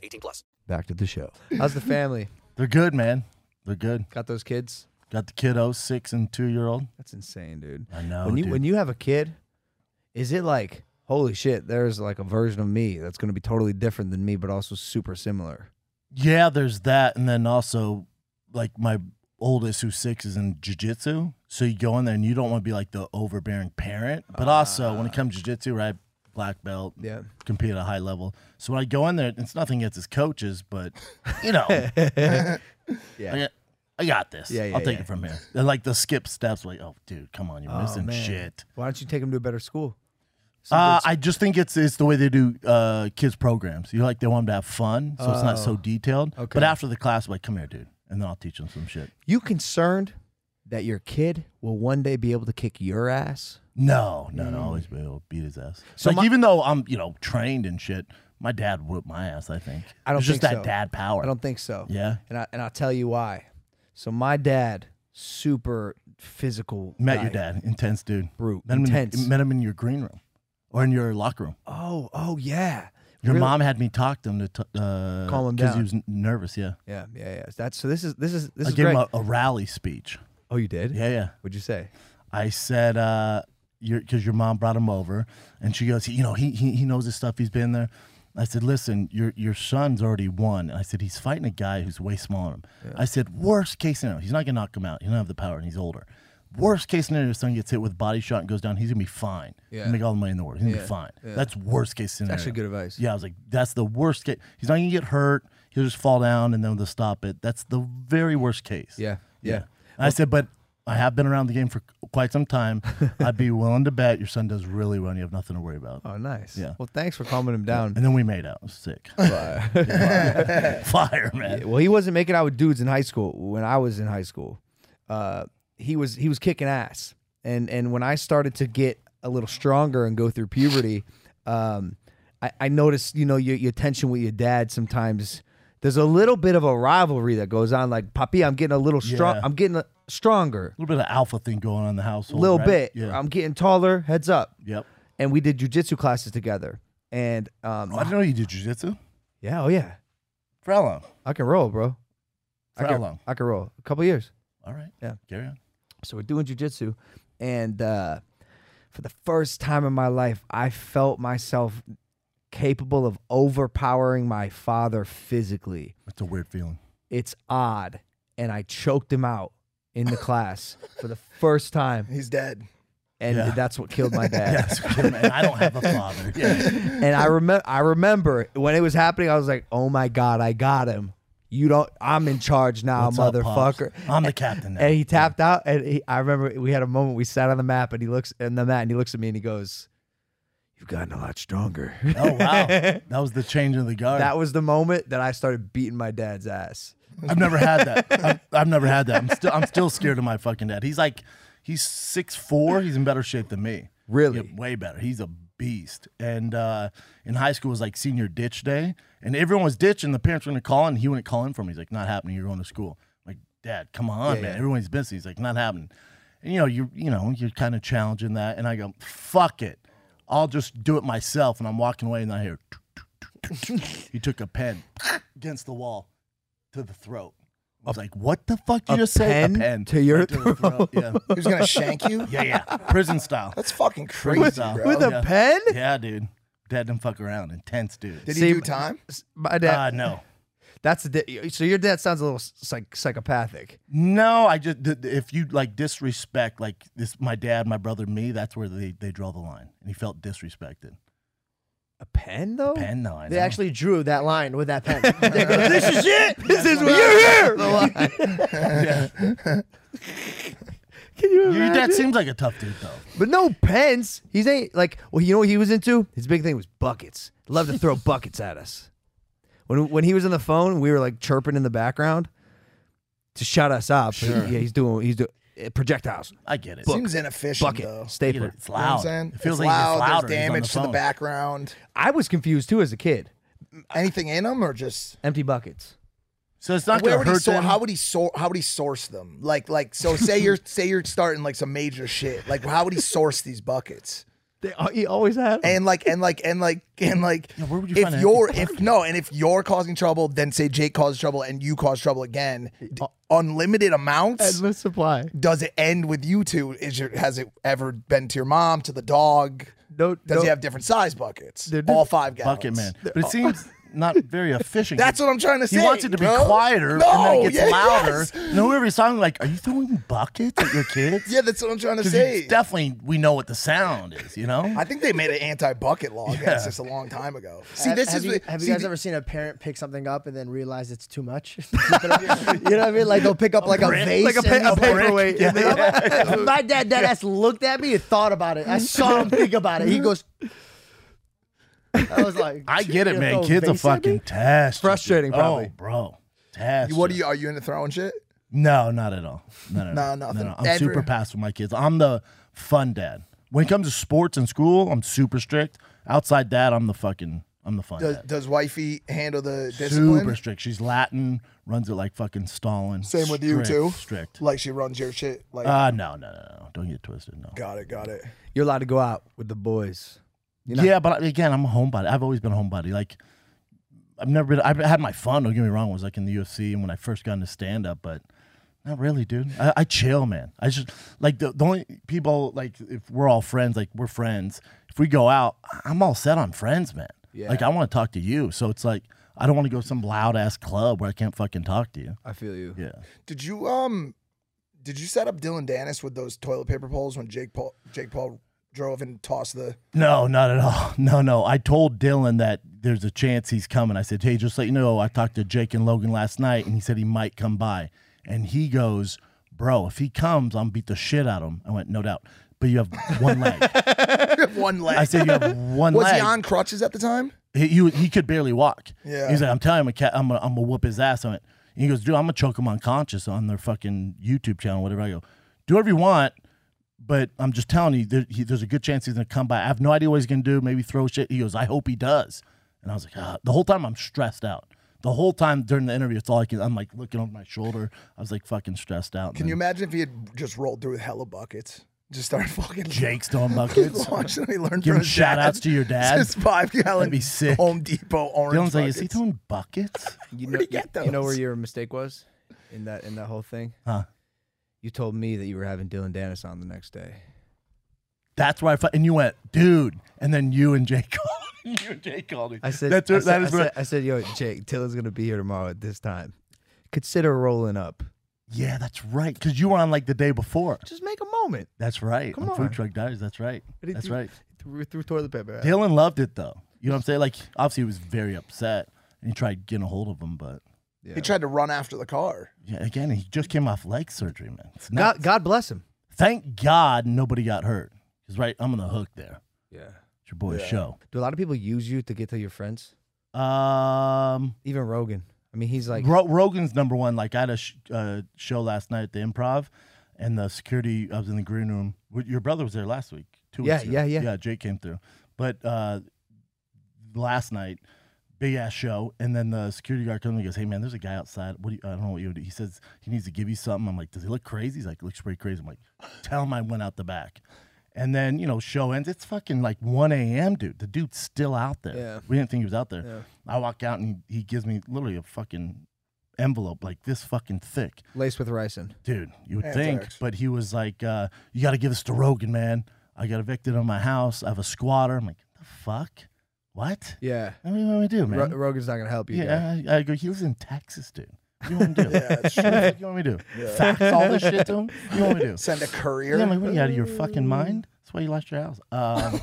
18 plus.
Back to the show. How's the family?
They're good, man. They're good.
Got those kids.
Got the kiddos, six and two year old.
That's insane, dude.
I know.
when you
dude.
when you have a kid, is it like holy shit? There's like a version of me that's going to be totally different than me, but also super similar.
Yeah, there's that, and then also like my oldest who's six is in jujitsu. So you go in there and you don't want to be like the overbearing parent. But also when it comes to jujitsu, right? Black belt,
Ah. yeah,
compete at a high level. So when I go in there, it's nothing against his coaches, but you know, yeah, I got, I got this.
Yeah, yeah,
I'll take
yeah.
it from here. And like the skip steps, like, oh, dude, come on, you're
Oh,
missing
man.
shit.
Why don't you take them to a better school? Some
Uh,
good
I just think it's it's the way they do uh, kids programs. You know, like they want them to have fun, so it's not
Oh.
so detailed.
Okay.
But after the class, like, come here, dude, and then I'll teach them some shit.
You concerned that your kid will one day be able to kick your ass?
No, no, no, always be able to beat his ass.
So
So like,
my-
even though I'm you know trained and shit, my dad whooped my ass. I think
I don't
It's just
think
that
so.
dad power.
I don't think so.
Oh, Yeah?
and I and I'll tell you why. So my dad, super physical.
Met
guy.
your dad, intense dude,
brute,
met him
intense.
In, met him in your green room or in your locker room.
Oh, oh yeah.
Your
Really-
mom had me talk to him to t- uh,
Calm him
because
down.
he was n- nervous. Yeah,
Yeah, yeah, yeah. That's so. This is this is this
I
is
gave
great.
Uh, him a, a rally speech.
Oh, you did?
Yeah, yeah.
What'd you say?
I said, uh, because your mom brought him over, and she goes, you know, he, he he knows his stuff. He's been there, I said, listen, your your son's already won. And I said, he's fighting a guy who's way smaller than him. I said, worst case scenario, he's not going to knock him out. He do not have the power and he's older. Worst case scenario, his son gets hit with a body shot and goes down. He's going to be fine. He's
Yeah.
gonna make all the money in the world. He's going to
Yeah.
be fine.
Yeah.
That's worst case
It's
scenario.
actually good advice.
Yeah, I was like, that's the worst case. He's not going to get hurt. He'll just fall down and then they'll stop it. That's the very worst case.
Yeah, yeah.
And I said, but I have been around the game for quite some time. I'd be willing to bet your son does really well and you have nothing to worry about.
Oh, nice.
Yeah.
Well, thanks for calming him down.
And then we made out. It was sick.
Fire.
Fire, man.
Yeah, well, he wasn't making out with dudes in high school when I was in high school. Uh, he was he was kicking ass, and and when I started to get a little stronger and go through puberty, um, I, I noticed you know your, your tension with your dad sometimes. There's a little bit of a rivalry that goes on. Like, Papi, I'm getting a little strong.
Yeah.
I'm getting a, stronger.
A little bit of alpha thing going on in the
A
household.
little
right?
bit.
Yeah.
I'm getting taller. Heads up.
Yep.
And we did jujitsu classes together. And um,
I didn't know you did jujitsu.
Yeah. Oh yeah.
For how long?
I can roll, bro. I
For how
can,
long?
I can roll. A couple years.
All right.
Yeah.
Carry on.
So we're doing jujitsu, and uh, for the first time in my life, I felt myself capable of overpowering my father physically.
That's a weird feeling.
It's odd, and I choked him out in the class for the first time.
He's dead.
And
Yeah.
that's what killed my dad.
Yeah, that's what killed my- I don't have a father. Yeah.
And I remember, I remember when it was happening. I was like, "Oh my god, I got him! You don't. I'm in charge now,
What's up, Pops?
motherfucker.
I'm the captain now.
And he tapped out, and he, I remember we had a moment. We sat on the map, and he looks in the mat, and he looks at me, and he goes, "You've gotten a lot stronger."
Oh, wow. that was the change of the guard.
That was the moment that I started beating my dad's ass.
I've never had that. I've, I've never had that. I'm still I'm still scared of my fucking dad. He's like he's six four. He's in better shape than me.
Really?
Yeah, way better. He's a beast. And uh, in high school it was like senior ditch day, and everyone was ditching. The parents were gonna call in. He wouldn't call in for me. He's like, not happening. You're going to school. I'm like, Dad, come on,
Yeah,
man.
yeah.
Everyone's busy. He's like, not happening. And you know, you you know, you're kind of challenging that. And I go, fuck it. I'll just do it myself. And I'm walking away, and I hear. he took a pen against the wall to the throat. I was like, "What the fuck you
a
just say?"
pen to your
the
throat.
Yeah,
He was gonna shank you?
Yeah, yeah, prison style. That's fucking
crazy, bro. With a pen?
Yeah, dude. Dad didn't fuck around. Intense, dude.
See, s- My dad.
Uh, no.
That's the di- so your dad sounds a little psych- psychopathic.
No, I just th- th- if you like disrespect like this, my dad, my brother, me. That's where they, they draw the line, and he felt disrespected.
A pen though.
pen, though. I
They
know.
actually drew that line with that pen. They go, this is it.
This is where
Yeah.
Can you
Your dad
imagine?
seems like a tough dude, though.
But no pens. He's ain't like. Well, you know what he was into? His big thing was buckets. Loved to throw buckets at us. When when he was on the phone, we were like chirping in the background to shut us up. But
Sure.
yeah, he's doing. He's doing eh, projectiles.
I get it.
Seems inefficient,
Bucket.
though.
Stapler.
You know what I'm saying? It's loud. There's damage to the background.
I was confused too as a kid.
Anything in them or just
Empty buckets.
So it's
Where would he sor- How would he sor- How would he source them? Like, like so. Say you're say you're starting like some major shit. Like, how would he source these buckets?
They, uh, he always had.
And like, and like, and like, and like.
Yeah, where would you find
If
an
you're if no, and if you're causing trouble, then say Jake causes trouble and you cause trouble again.
Uh,
d- unlimited amounts.
Endless supply.
Does it end with you two? Is your has it ever been to your mom to the dog?
No.
Does
no.
he have different size buckets? All five gallons.
Bucket man. But it seems not very efficient.
That's what I'm trying to
He
say,
wants it to be
bro.
quieter, and then
No,
it gets
yeah,
louder.
yes.
And then whoever he's talking, like, are you throwing buckets at your kids?
Yeah, that's what I'm trying to
'Cause
say.
it's Definitely, we know what the sound is. You know.
I think they made an anti-bucket law against
Yeah.
us a long time ago. See,
Have-
this
have
is
you,
what-
have
see,
you guys
the-
ever seen a parent pick something up and then realize it's too much? you know what I mean? Like they'll pick up like a
brick.
vase,
Like a pa-
and
a
they'll be like-
paperweight.
Yeah.
Yeah.
My dad, dad ass looked at me and thought about it. I saw him think about it. He goes, I was like,
I get it,
"You're
man.
Oh,
throwing
Kids are
vase at me?"
fucking test.
Frustrating, probably.
Oh, bro. Test.
You- what are you? Are you into throwing shit?
No, not at all. No, no,
No,
no,
nothing.
I'm
Ever?
super past with my kids. I'm the fun dad. When it comes to sports and school, I'm super strict. Outside that, I'm the fucking, I'm the fun
Does,
dad.
does wifey handle the discipline?
Super strict. She's Latin, runs it like fucking Stalin.
Same with you
Strict,
too.
Strict.
Like she runs your shit. Like
Uh, no, no, no, no. Don't get twisted. No.
got it, got it.
You're allowed to go out with the boys. You're not-
yeah, but again, I'm a homebody. I've always been a homebody. Like, I've never been. I've had my fun. Don't get me wrong. I was like in the UFC and when I first got into stand up, but not really, dude. I, I chill, man. I just like the, the only people like if we're all friends, like we're friends. If we go out, I'm all set on friends, man.
Yeah.
Like I want to talk to you. So it's like I don't want to go to some loud ass club where I can't fucking talk to you.
I feel you.
Yeah.
Did you um did you set up Dylan Dennis with those toilet paper poles when Jake Paul Jake Paul drove and tossed the
No, not at all. No, no. I told Dylan that there's a chance he's coming. I said, hey, just let you know, I talked to Jake and Logan last night, and he said he might come by. And he goes, bro, if he comes, I'm beat the shit out of him. I went, no doubt. But you have one leg.
one leg?
I said you have one
Was he
leg.
on crutches at the time?
he, you- he could barely walk.
Yeah.
He's like, I'm telling him, a cat, I'm gonna, I'm gonna whoop his ass on it. And he goes, dude, I'm gonna choke him unconscious on their fucking YouTube channel, whatever. I go, do whatever you want, but I'm just telling you, there, he, there's a good chance he's gonna come by. I have no idea what he's gonna do. Maybe throw shit. He goes, I hope he does. And I was like, ah. the whole time I'm stressed out. The whole time during the interview, it's all I can. I'm like looking over my shoulder. I was like fucking stressed out.
Can you imagine if he had just rolled through with hella buckets? Just started fucking
Jake's throwing buckets.
Watching he learned
Giving
from his
shout
dad.
outs to your dad.
Just five gallon
That'd be sick.
Home Depot orange.
Dylan's like, is he
buckets.
throwing buckets?
You
Where'd
know,
he get
you- you know where
those?
your mistake was in that in that whole thing.
Huh.
You told me that you were having Dylan Dennis on the next day.
That's where I fu- and you went, dude. And then you and Jake called. you and Jake called me.
I said,
That's
I
where-
said,
that is
I
where-
said, I said, yo, Jake, Dylan's gonna be here tomorrow at this time. Consider rolling up.
Yeah, that's right. Because you were on like the day before.
Just make a moment.
That's right.
Come
on Food
on.
Truck Diaries. That's right.
But he
That's
threw-
right.
Threw, threw toilet paper. at him.
Dylan loved it though. You know what I'm saying? Like, obviously, he was very upset and he tried getting a hold of him, but
He tried to run after the car.
yeah, again, he just came off leg surgery, man. It's nuts.
God, God bless him.
Thank God nobody got hurt. Because, right, I'm on the hook there.
Yeah.
It's your boy's
Yeah.
show.
Do a lot of people use you to get to your friends?
Um,
Even Rogan. I mean, he's like,
Ro- Rogan's number one. Like I had a sh- uh, show last night at the Improv, and the security. I was in the green room. W- Your brother was there last week. Two
Yeah,
weeks ago.
yeah, yeah.
Yeah, Jake came through. But uh, last night, big ass show, and then the security guard comes and he goes, "Hey man, there's a guy outside. What do you, I don't know what you do." He says he needs to give you something. I'm like, "Does he look crazy?" He's like, "Looks pretty crazy." I'm like, "Tell him I went out the back." And then you know, show ends. It's fucking like 1 a.m., dude. The dude's still out there.
Yeah.
We didn't think he was out there.
Yeah.
I walk out and he, he gives me literally a fucking envelope like this fucking thick.
laced with ricin.
Dude, you would
Anthrax.
think, but he was like, uh, you got to give this to Rogan, man. I got evicted on my house. I have a squatter. I'm like, the fuck? What?
Yeah.
I mean, what do we do, man?
Ro- Rogan's not gonna help you. guy.
yeah, I, I go, he lives in Texas, dude. What do You want me to do?
Yeah, that's true.
What the fuck you want me to do?
Yeah.
Fax all this shit to him? What do You want me to do?
Send a courier.
Yeah, I'm like, what are you out of your fucking mind? That's why you lost your house. Um,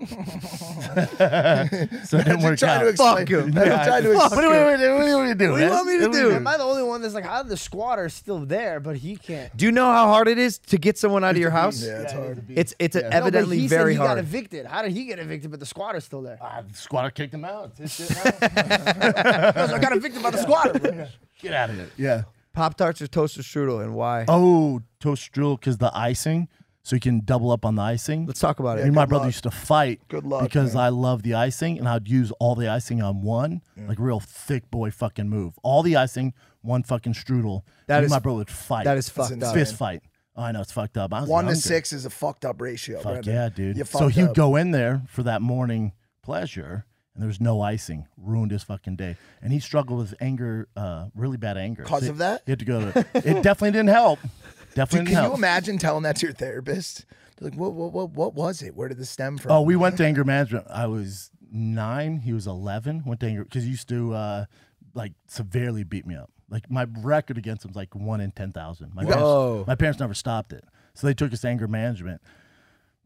so it didn't
Imagine
work
trying
out.
to explain- Fuck him. imagine
Yeah,
trying to
fuck
explain-
him. What do you what do you want me to do?
What do you
man?
want me to
What do?
Am I the only one that's like, how did the squatter is still there, but he can't?
Do you know how hard it is to get someone out of your house?
Yeah, it's hard.
It's it's
No, but
evidently
he said
very
he got
hard.
evicted. How did he get evicted? But the squatter's still there.
Ah, the squatter kicked him out. It's his shit
Because I got evicted by the squatter.
Get out of it. Yeah.
Pop tarts or toaster strudel, and why?
Oh, toast drool because the icing, so you can double up on the icing.
Let's talk about
Me
it.
and my brother used to fight
Good luck,
because I love the icing, and I'd use all the icing on one, like real thick boy fucking move. All the icing, one fucking strudel.
That
Me and
is-
my brother would fight.
that is fucked up.
Fist fight. Oh, I know it's fucked up. I was
One to
hungry.
six is a fucked up ratio.
Fuck
Brendan.
yeah, dude.
You
so
fucked
he'd
up.
go in there for that morning pleasure, and there was no icing. Ruined his fucking day, and he struggled with anger, uh, really bad anger.
'Cause of that?
he had to go. To, it definitely didn't help. Definitely
Dude,
didn't
can
help.
you imagine telling that to your therapist? They're like, what, what, what, what was it? Where did this stem from?
Oh, we went to anger management. I was nine. He was eleven. Went to anger because he used to uh, like severely beat me up. Like my record against him was like one in ten thousand. My
Whoa.
parents, my parents never stopped it, so they took us to anger management.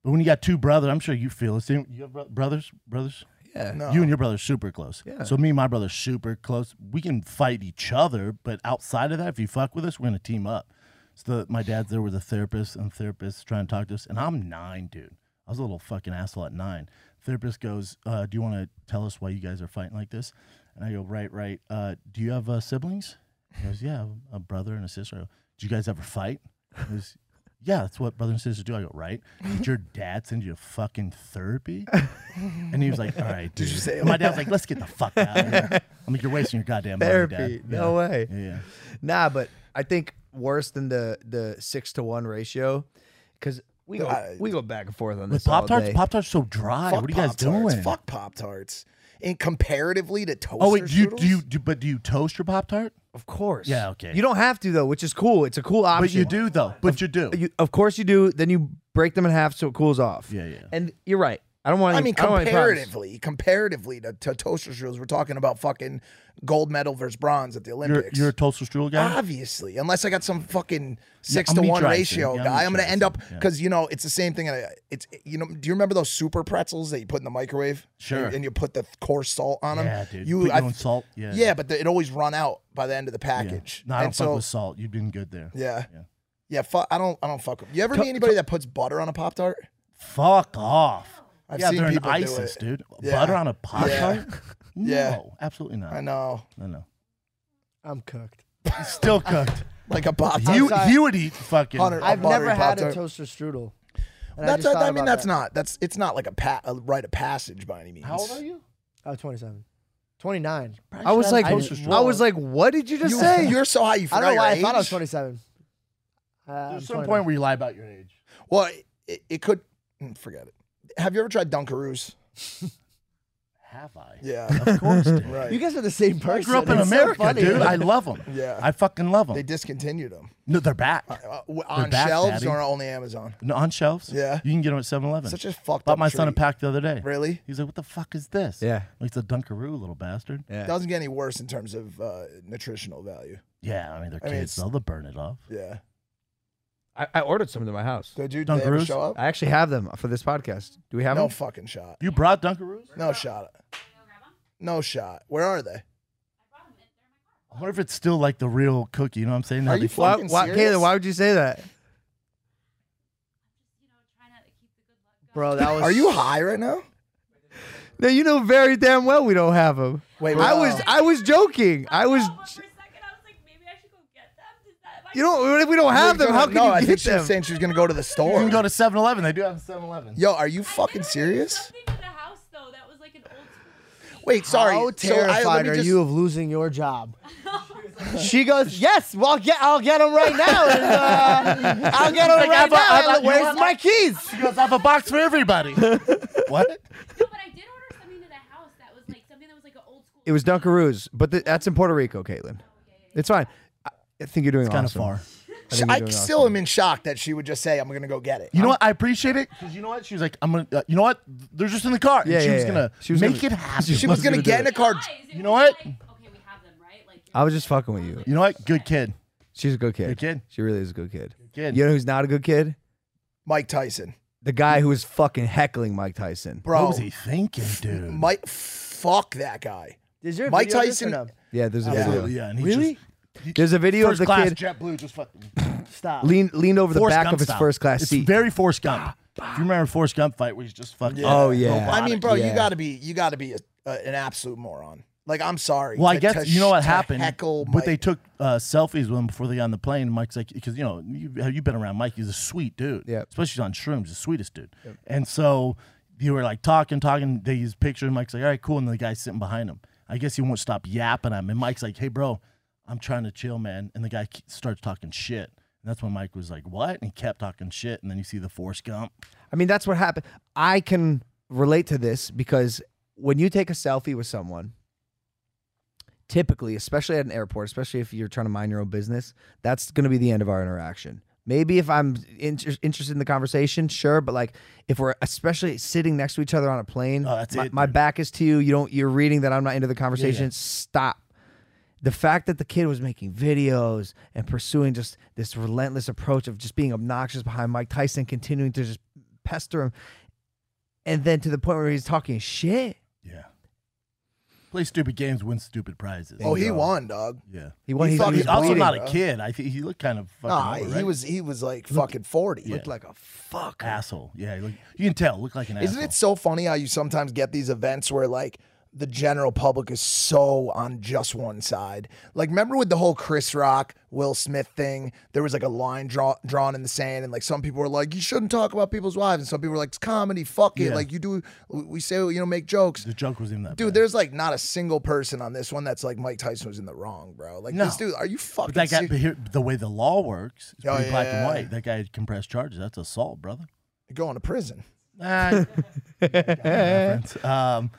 But when you got two brothers, I'm sure you feel it. Same- You have bro- brothers, brothers.
Yeah.
No.
You and your brother are super close.
Yeah.
So me and my brother are super close. We can fight each other, but outside of that, if you fuck with us, we're gonna team up. So the, my dad's there with a therapist, and therapist trying to talk to us. And I'm nine, dude. I was a little fucking asshole at nine. Therapist goes, uh, "Do you want to tell us why you guys are fighting like this?" And I go, "Right, right. Uh, do you have uh, siblings?" He goes, "Yeah, a brother and a sister." I go, "Do you guys ever fight?" He goes, "Yeah, that's what brothers and sisters do." I go, "Right? Did your dad send you to fucking therapy?" And he was like, "All right, dude."
Did you say it
And my
like
dad was like, "Let's get the fuck out of here." I'm like, "You're wasting your goddamn money,
Therapy.
Dad."
No
Yeah.
way.
Yeah, yeah.
Nah, but I think worse than the the six to one ratio, because we go
I-
we go back and forth on
With
this. all
Pop Tarts,
day.
Pop Tarts so dry.
Fuck
what are you guys
Pop-Tarts.
doing?
Fuck Pop Tarts. And comparatively to toaster
Oh wait, do you,
strudels?
do you do? But do you toast your Pop Tart?
of course.
Yeah, okay.
You don't have to though, which is cool. It's a cool option.
But you do though. But you do.
You, of course you do. Then you break them in half so it cools off.
Yeah, yeah.
And you're right. I don't want.
I
any-
mean,
I don't want any problems.
comparatively, comparatively to, to toaster strudels, we're talking about fucking gold medal versus bronze at the
You're,
Olympics.
you're a toaster strudel
Ah,
guy.
Obviously, unless I got some fucking six
I'm
to
meat
one
dressing.
ratio
Yeah, I'm
guy,
meat
I'm gonna end up
dressing, yeah.
because you know it's the same thing. and I- It's you know, do you remember those super pretzels that you put in the microwave?
Sure.
And, and you put the coarse salt on them.
Yeah, dude.
You
Put your
I-
own salt. Yeah.
Yeah, but the, it always run out by the end of the
Yeah.
package.
No, I don't
And
fuck
so-
with salt. You've been good there.
Yeah. Yeah. fu- I don't. I don't fuck. With, you ever
Co-
meet anybody that puts butter on a pop tart?
Fuck off.
I've
yeah,
seen
they're an
people do
ISIS,
it.
dude.
Yeah.
Butter on a pop
Yeah.
tart?
Yeah.
No, absolutely not.
I know.
No, no.
I'm cooked.
Still cooked.
like a pop
I'm
You,
sorry.
you would eat fucking.
I've never had a toaster strudel. And
That's.
just
I,
thought
mean,
about
that's
that.
not. That's. It's not like a, pa- a rite of passage by any means.
How old are you? I was 27. 29.
I was like, I was like, what did you just say?
You're so high. You
I
forgot
don't know
your
why I thought I
age.
was 27. Uh, I'm
There's some
29.
point where you lie about your age.
Well, it, it could. mm, Forget it. Have you ever tried Dunkaroos?
Have I?
Yeah,
Of course, dude.
right.
You guys are the same
I
person.
grew up in
It's so
America,
funny.
dude. I love them.
Yeah.
I fucking love them.
They discontinued them
no, they're back.
uh, w- on
back,
shelves
Daddy.
or only Amazon.
No, on shelves.
Yeah.
You can get them at 7-Eleven.
Such a fucked
Bought
up
my son a
treat.
pack the other day.
Really?
He's like, what the fuck is this?
Yeah.
Like, it's a Dunkaroo, little bastard.
Doesn't get any worse in terms of uh, nutritional value.
Yeah, I mean, they're
I mean,
kids.
it's-
They'll they'll burn it off.
Yeah.
I, I ordered some to my house.
Did you did they ever show up?
I actually have them for this podcast. Do we have
no
them?
fucking shot.
You brought Dunkaroos?
No shot. No shot. Where are they?
I wonder if it's still like the real cookie. You know what I'm saying? How
Are
they
you
flip-
Why,
fucking
why,
serious?
Kayla, why would you say that?
Bro, that was.
Are you high right now?
No, you know very damn well we don't have them.
Wait,
I
wow.
was I was joking. I was. You know, if we don't have them,
You're gonna-
how can
no, I
you
think
get
she was
them?
saying she was gonna go to the
You
store.
can go to 7-Eleven. They do have 7-Eleven.
Yo, are you fucking serious? Wait, sorry. So I-
How
let me
terrified are
just-
you of losing your job? she goes, yes. Well, I'll get, I'll get them right now. and, uh, I'll get them
Like,
right
I've-
now.
I've-
and Where's
I've-
my keys?
She goes, I have a box for everybody. what?
It was Dunkaroos, but th- that's in Puerto Rico, Caitlin. It's fine. I, I think you're doing
It's
awesome.
kind of far.
I think
I
you're doing
still am in shock that she would just say, "I'm gonna go get it."
You know what? I appreciate it because you know what? She was like, "I'm gonna." Uh, you know what? They're just in the car. And
Yeah,
she
yeah,
was
yeah.
gonna
She was
make
gonna-
it happen.
she
She was gonna get in a car.
You know what?
I was just fucking with you.
You know what? Good kid.
She's a good kid.
Good kid.
She really is a good kid.
kid.
You know who's not a good kid?
Mike Tyson,
The guy who was fucking heckling Mike Tyson.
bro.
What was he thinking, dude?
Mike, fuck that guy.
Is there a
Mike
video of this or
Tyson-
no?
Yeah, there's a
Absolutely,
video.
yeah. And he
Really?
Just, he-
There's a video
first
of the
class
kid
JetBlue just fucking
Stop.
lean, leaned over the
Forrest
back
Gump
of his
style.
first class
It's
seat.
very Forrest Gump. If you remember Forrest Gump fight where he's just fucking.
Oh, yeah.
I mean, bro, you
Yeah.
gotta be, you gotta be a, a, an absolute moron. Like, I'm sorry.
Well, I
to-
guess
to
you know what
sh- to
happened.
Heckle,
but they
Mike.
took uh, selfies with him before they got on the plane. Mike's like, because you know, you, you've been around Mike. He's a sweet dude.
Yeah.
Especially on shrooms, the sweetest dude. And so you were like talking, talking. They use picture, and Mike's like, all right, cool. And the guy's sitting behind him. I guess he won't stop yapping at him. And Mike's like, hey, bro, I'm trying to chill, man. And the guy ke- starts talking shit. And that's when Mike was like, what? And he kept talking shit. And then you see the Forrest Gump.
I mean, that's what happened. I can relate to this because when you take a selfie with someone, typically, especially at an airport, especially if you're trying to mind your own business, that's going to be the end of our interaction. Maybe if I'm inter- interested in the conversation, sure, but like if we're especially sitting next to each other on a plane,
Oh, that's
my,
it,
my
dude.
back is to you. You don't. You're reading that I'm not into the conversation. Stop. The fact that the kid was making videos and pursuing just this relentless approach of just being obnoxious behind Mike Tyson, continuing to just pester him, and then to the point where he's talking shit.
Yeah. Play stupid games, win stupid prizes.
Oh, he won, dog.
Yeah.
He won.
He
he's
thought he
He's
was
also
bleeding,
not a
bro.
kid. I think he looked kind of fucking.
Nah,
over,
he
right?
was, he was like fucking forty.
Yeah.
looked like a fuck.
asshole. Yeah, look, you can tell. Look like an
Isn't it
asshole.
so funny how you sometimes get these events where like the general public is so on just one side? Like, remember with the whole Chris Rock, Will Smith thing, there was like a line draw, drawn in the sand, and like some people were like, "You shouldn't talk about people's wives," and some people were like, "It's comedy, fuck it."
Yeah.
Like you do, we say you know make jokes.
the joke was even that
Dude,
bad.
there's like not a single person on this one that's like Mike Tyson was in the wrong, bro. Like
No.
this dude, are you fucking?
But that guy,
ser-
but here, the way the law works, it's
Oh,
pretty black
yeah.
and white. That guy had compressed charges. That's assault, brother.
going to prison.
Ah, reference. um,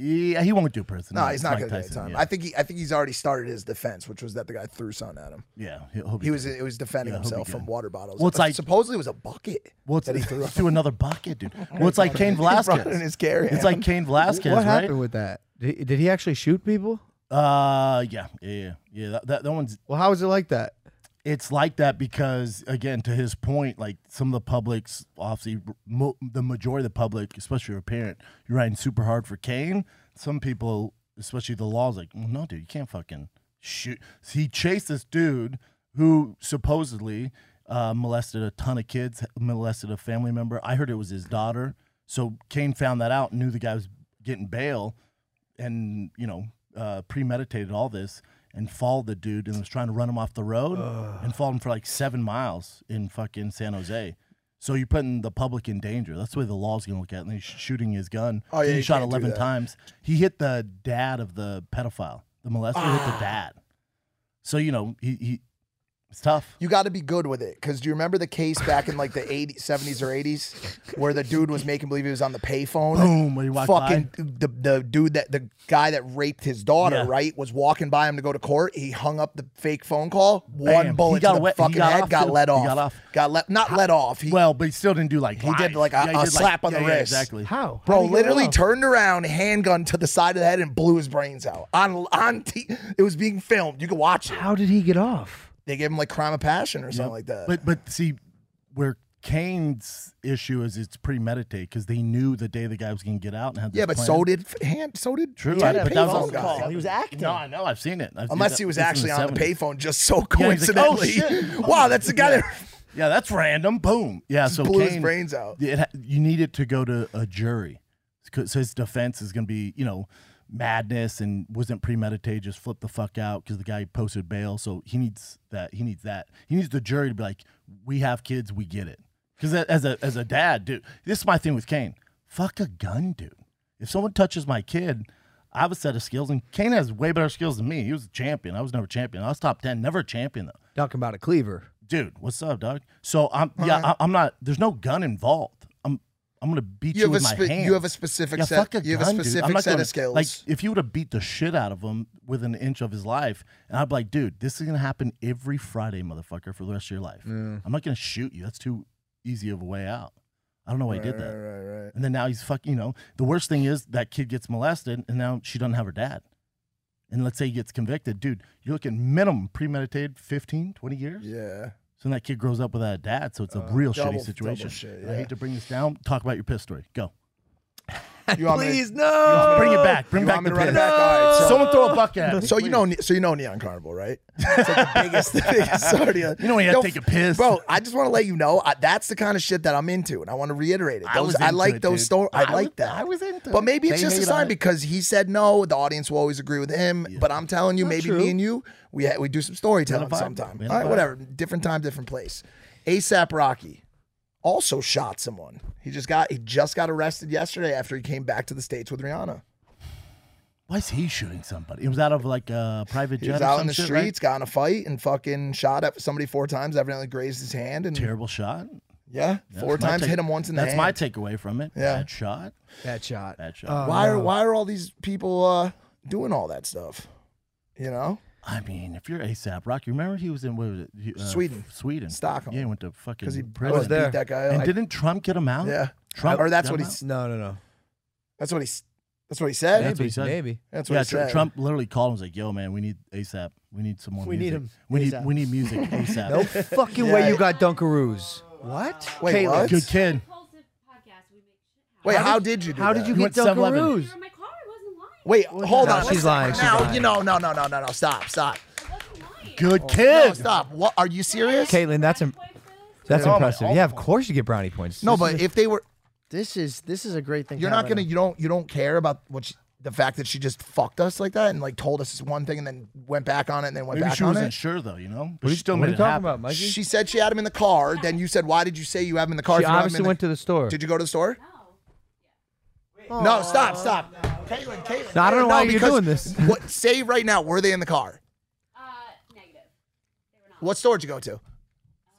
Yeah, he won't do prison.
No, he's not
Mike
going to do any
Tyson,
time.
yeah.
I think he, I think he's already started his defense, which was that the guy threw something at him.
Yeah, he'll- he'll be
he was
good.
it was defending
Yeah, he'll be
himself from
good.
water bottles.
Well, it's
But
like-
supposedly it was a bucket
Well, it's
that he threw.
to another bucket, dude. Well, it's like Kane
He brought
Velasquez.
in his carry
It's like Kane Velasquez,
What
right?
happened with that? Did, did he actually shoot people?
Uh, yeah, yeah, yeah, yeah. That, that that one's.
Well, how is it like that?
It's like that because, again, to his point, like some of the public's obviously mo- the majority of the public, especially your parent, you're riding super hard for Kane. Some people, especially the laws, like, well, no, dude, you can't fucking shoot. So he chased this dude who supposedly uh, molested a ton of kids, molested a family member. I heard it was his daughter. So Kane found that out, knew the guy was getting bail, and you know uh, premeditated all this and followed the dude and was trying to run him off the road and followed him for like seven miles in fucking San Jose. So you're putting the public in danger. That's the way the law's gonna look at it. And he's shooting his gun.
Oh, yeah,
he
you
shot
can't do
eleven
that.
times. He hit the dad of the pedophile. The molester hit
Ah.
the dad. So you know he, he it's tough.
You got to be good with it because do you remember the case back in like the 80s, 70s or 80s where the dude was making believe he was on the payphone?
Boom, when he walked
Fucking The, the dude that the guy that raped his daughter,
Yeah.
right, was walking by him to go to court. He hung up the fake phone call. One
Bam.
bullet
He got
to the
away- he
fucking
got
head
off,
got
too.
let
He
off.
got off.
Got let not let off. He,
well, but he still didn't do like
he did
live.
like a,
Yeah, he
a
did, like-
slap on the
yeah, yeah,
wrist.
exactly. How?
Bro,
How'd he get
literally
off?
turned around, handgun to the side of the head, and blew his brains out on on. T- it was being filmed. You could watch it.
How did he get off?
They gave him like crime of passion or something
Yep.
like that.
But but see, where Kane's issue is, it's premeditated because they knew the day the guy was going to get out and had. This
Yeah, but
plan.
so did F- hand. So did
True,
He had
yeah,
a
but that was
payphone
on the
guy.
call. He
was acting.
No, I know. I've seen it. I've
Unless
seen
he
that-
was
this in
actually on the
70s.
payphone, just so
Yeah, he's like, oh,
coincidentally.
shit.
wow, that's the guy
Yeah.
that
Yeah, that's random. Boom. Yeah,
Just
so
blew his
Kane,
brains out.
It, ha- you need it to go to a jury. It's 'cause- So his defense is going to be, you know, madness and wasn't premeditated. Just flipped the fuck out because the guy posted bail. So he needs that. He needs that. He needs the jury to be like, we have kids, we get it. Because as a as a dad, dude, this is my thing with Kane. Fuck a gun, dude. If someone touches my kid, I have a set of skills, and Kane has way better skills than me. He was a champion. I was never a champion. I was top ten, never a champion though
Talking about a cleaver.
dude, what's up, dog? So I'm yeah, I, I'm not. There's no gun involved. I'm I'm gonna beat
You
you,
have a
with my
spe-
hand.
you have a specific
yeah,
set-
Fuck a
you have a
gun, dude. I'm
specific
not
set of
gonna-
skills.
Like if you would have beat the shit out of him with an inch of his life, and I'd be like, dude, this is gonna happen every Friday, motherfucker, for the rest of your life. I'm not gonna shoot you. That's too easy of a way out. I don't know why he did that.
right, right.
And then now he's fucking. You know, the worst thing is that kid gets molested, and now she doesn't have her dad. And let's say he gets convicted, dude, you're looking minimum premeditated 15, 20 years.
Yeah.
So then that kid grows up without a dad, so it's a
Uh,
real
double-
shitty situation.
double shit,
I
yeah.
hate to bring this down. Talk about your piss story. Go.
You want me to-
Please,
you
no.
want me to-
Bring it back. Bring
you
back
want me
the
to run it
pin.
back. All right, so,
Someone throw a bucket at me,
So you know, so you know, Neon Carnival, right? It's like the biggest, the biggest sorority.
You know when you have to
Yo,
take a piss.
bro. I just want to let you know I, that's the kind of shit that I'm into, and I want to reiterate it.
I
Those,
was
I,
into
like
it,
those
dude.
stories. I,
I
like
was-
that.
I was into
But
it.
maybe it's
They
just a
hate
sign
on it.
because he said no. The audience will always agree with him. But I'm telling you, maybe
true.
me and you, we ha- we do some storytelling
We had a vibe.
sometime.
We
All
had a
right,
vibe.
whatever. Different time, different place. ASAP Rocky also shot someone. He just got he just got arrested yesterday after he came back to the states with Rihanna.
Why is he shooting somebody? It was out of like a private
He
jet.
was
or
out
some
in the
shit, right?
streets, got in a fight, and fucking shot at somebody four times. Evidently grazed his hand, and
Terrible shot.
yeah,
That's
four
my
times
take-
hit him once in the
That's
hand.
my takeaway from it.
Yeah.
Bad shot.
That shot.
Bad shot.
Oh,
why are
no.
why are all these people uh, doing all that stuff? You know,
I mean, if you're ASAP Rock, you remember he was in what was it? He- uh,
Sweden.
Sweden,
Stockholm.
Yeah, he went to fucking
'Cause he
prison.
was there. beat that guy up.
And
I-
didn't Trump get him out?
Yeah.
Trump.
Or that's
got
what
him
he's-
out?
No, no, no.
that's what he s- that's what he said.
That's what he said.
Maybe.
That's what
yeah,
he
Tr-
said.
Trump literally called him and was like, "Yo, man, we need ASAP. We need some more.
We need
music.
him
We need
ASAP."
we need music ASAP."
No fucking
Yeah.
way you got Dunkaroos. What?
Wait,
Caleb.
what?
Good kid.
Wait, how did, you do
How
that?
did you
You
get
went 7-Eleven.
Dunkaroos?
Wait, hold
No,
on.
she's
let's-
lying, she's
Now
lying.
you know, no, no, no, no, no. Stop, stop.
Good
No,
kid.
stop. What are you serious?
Caitlin, that's im- that's
Oh, my
impressive. Yeah, of course you get brownie points.
No, but if they were,
This is this is a great thing.
you're not
happening.
gonna, you don't, you don't care about what she, the fact that she just fucked us like that and like told us one thing and then went back on it and then went
Maybe
back
she
on
wasn't
it.
sure though, you know.
what
But
are
she
you,
still
what
made
are you
it
talking
happen.
about, Mikey?
She said she had him in the car. Then you said, "Why did you say you have him in the car?"
She
if you have him
obviously
in the-"
went to the store.
Did you go to the store? No. No, stop, stop. Caitlin, Caitlin.
No, I don't know
Caitlin,
why you're
because
doing this.
What? Say right now, were they in the car? What store did you go to?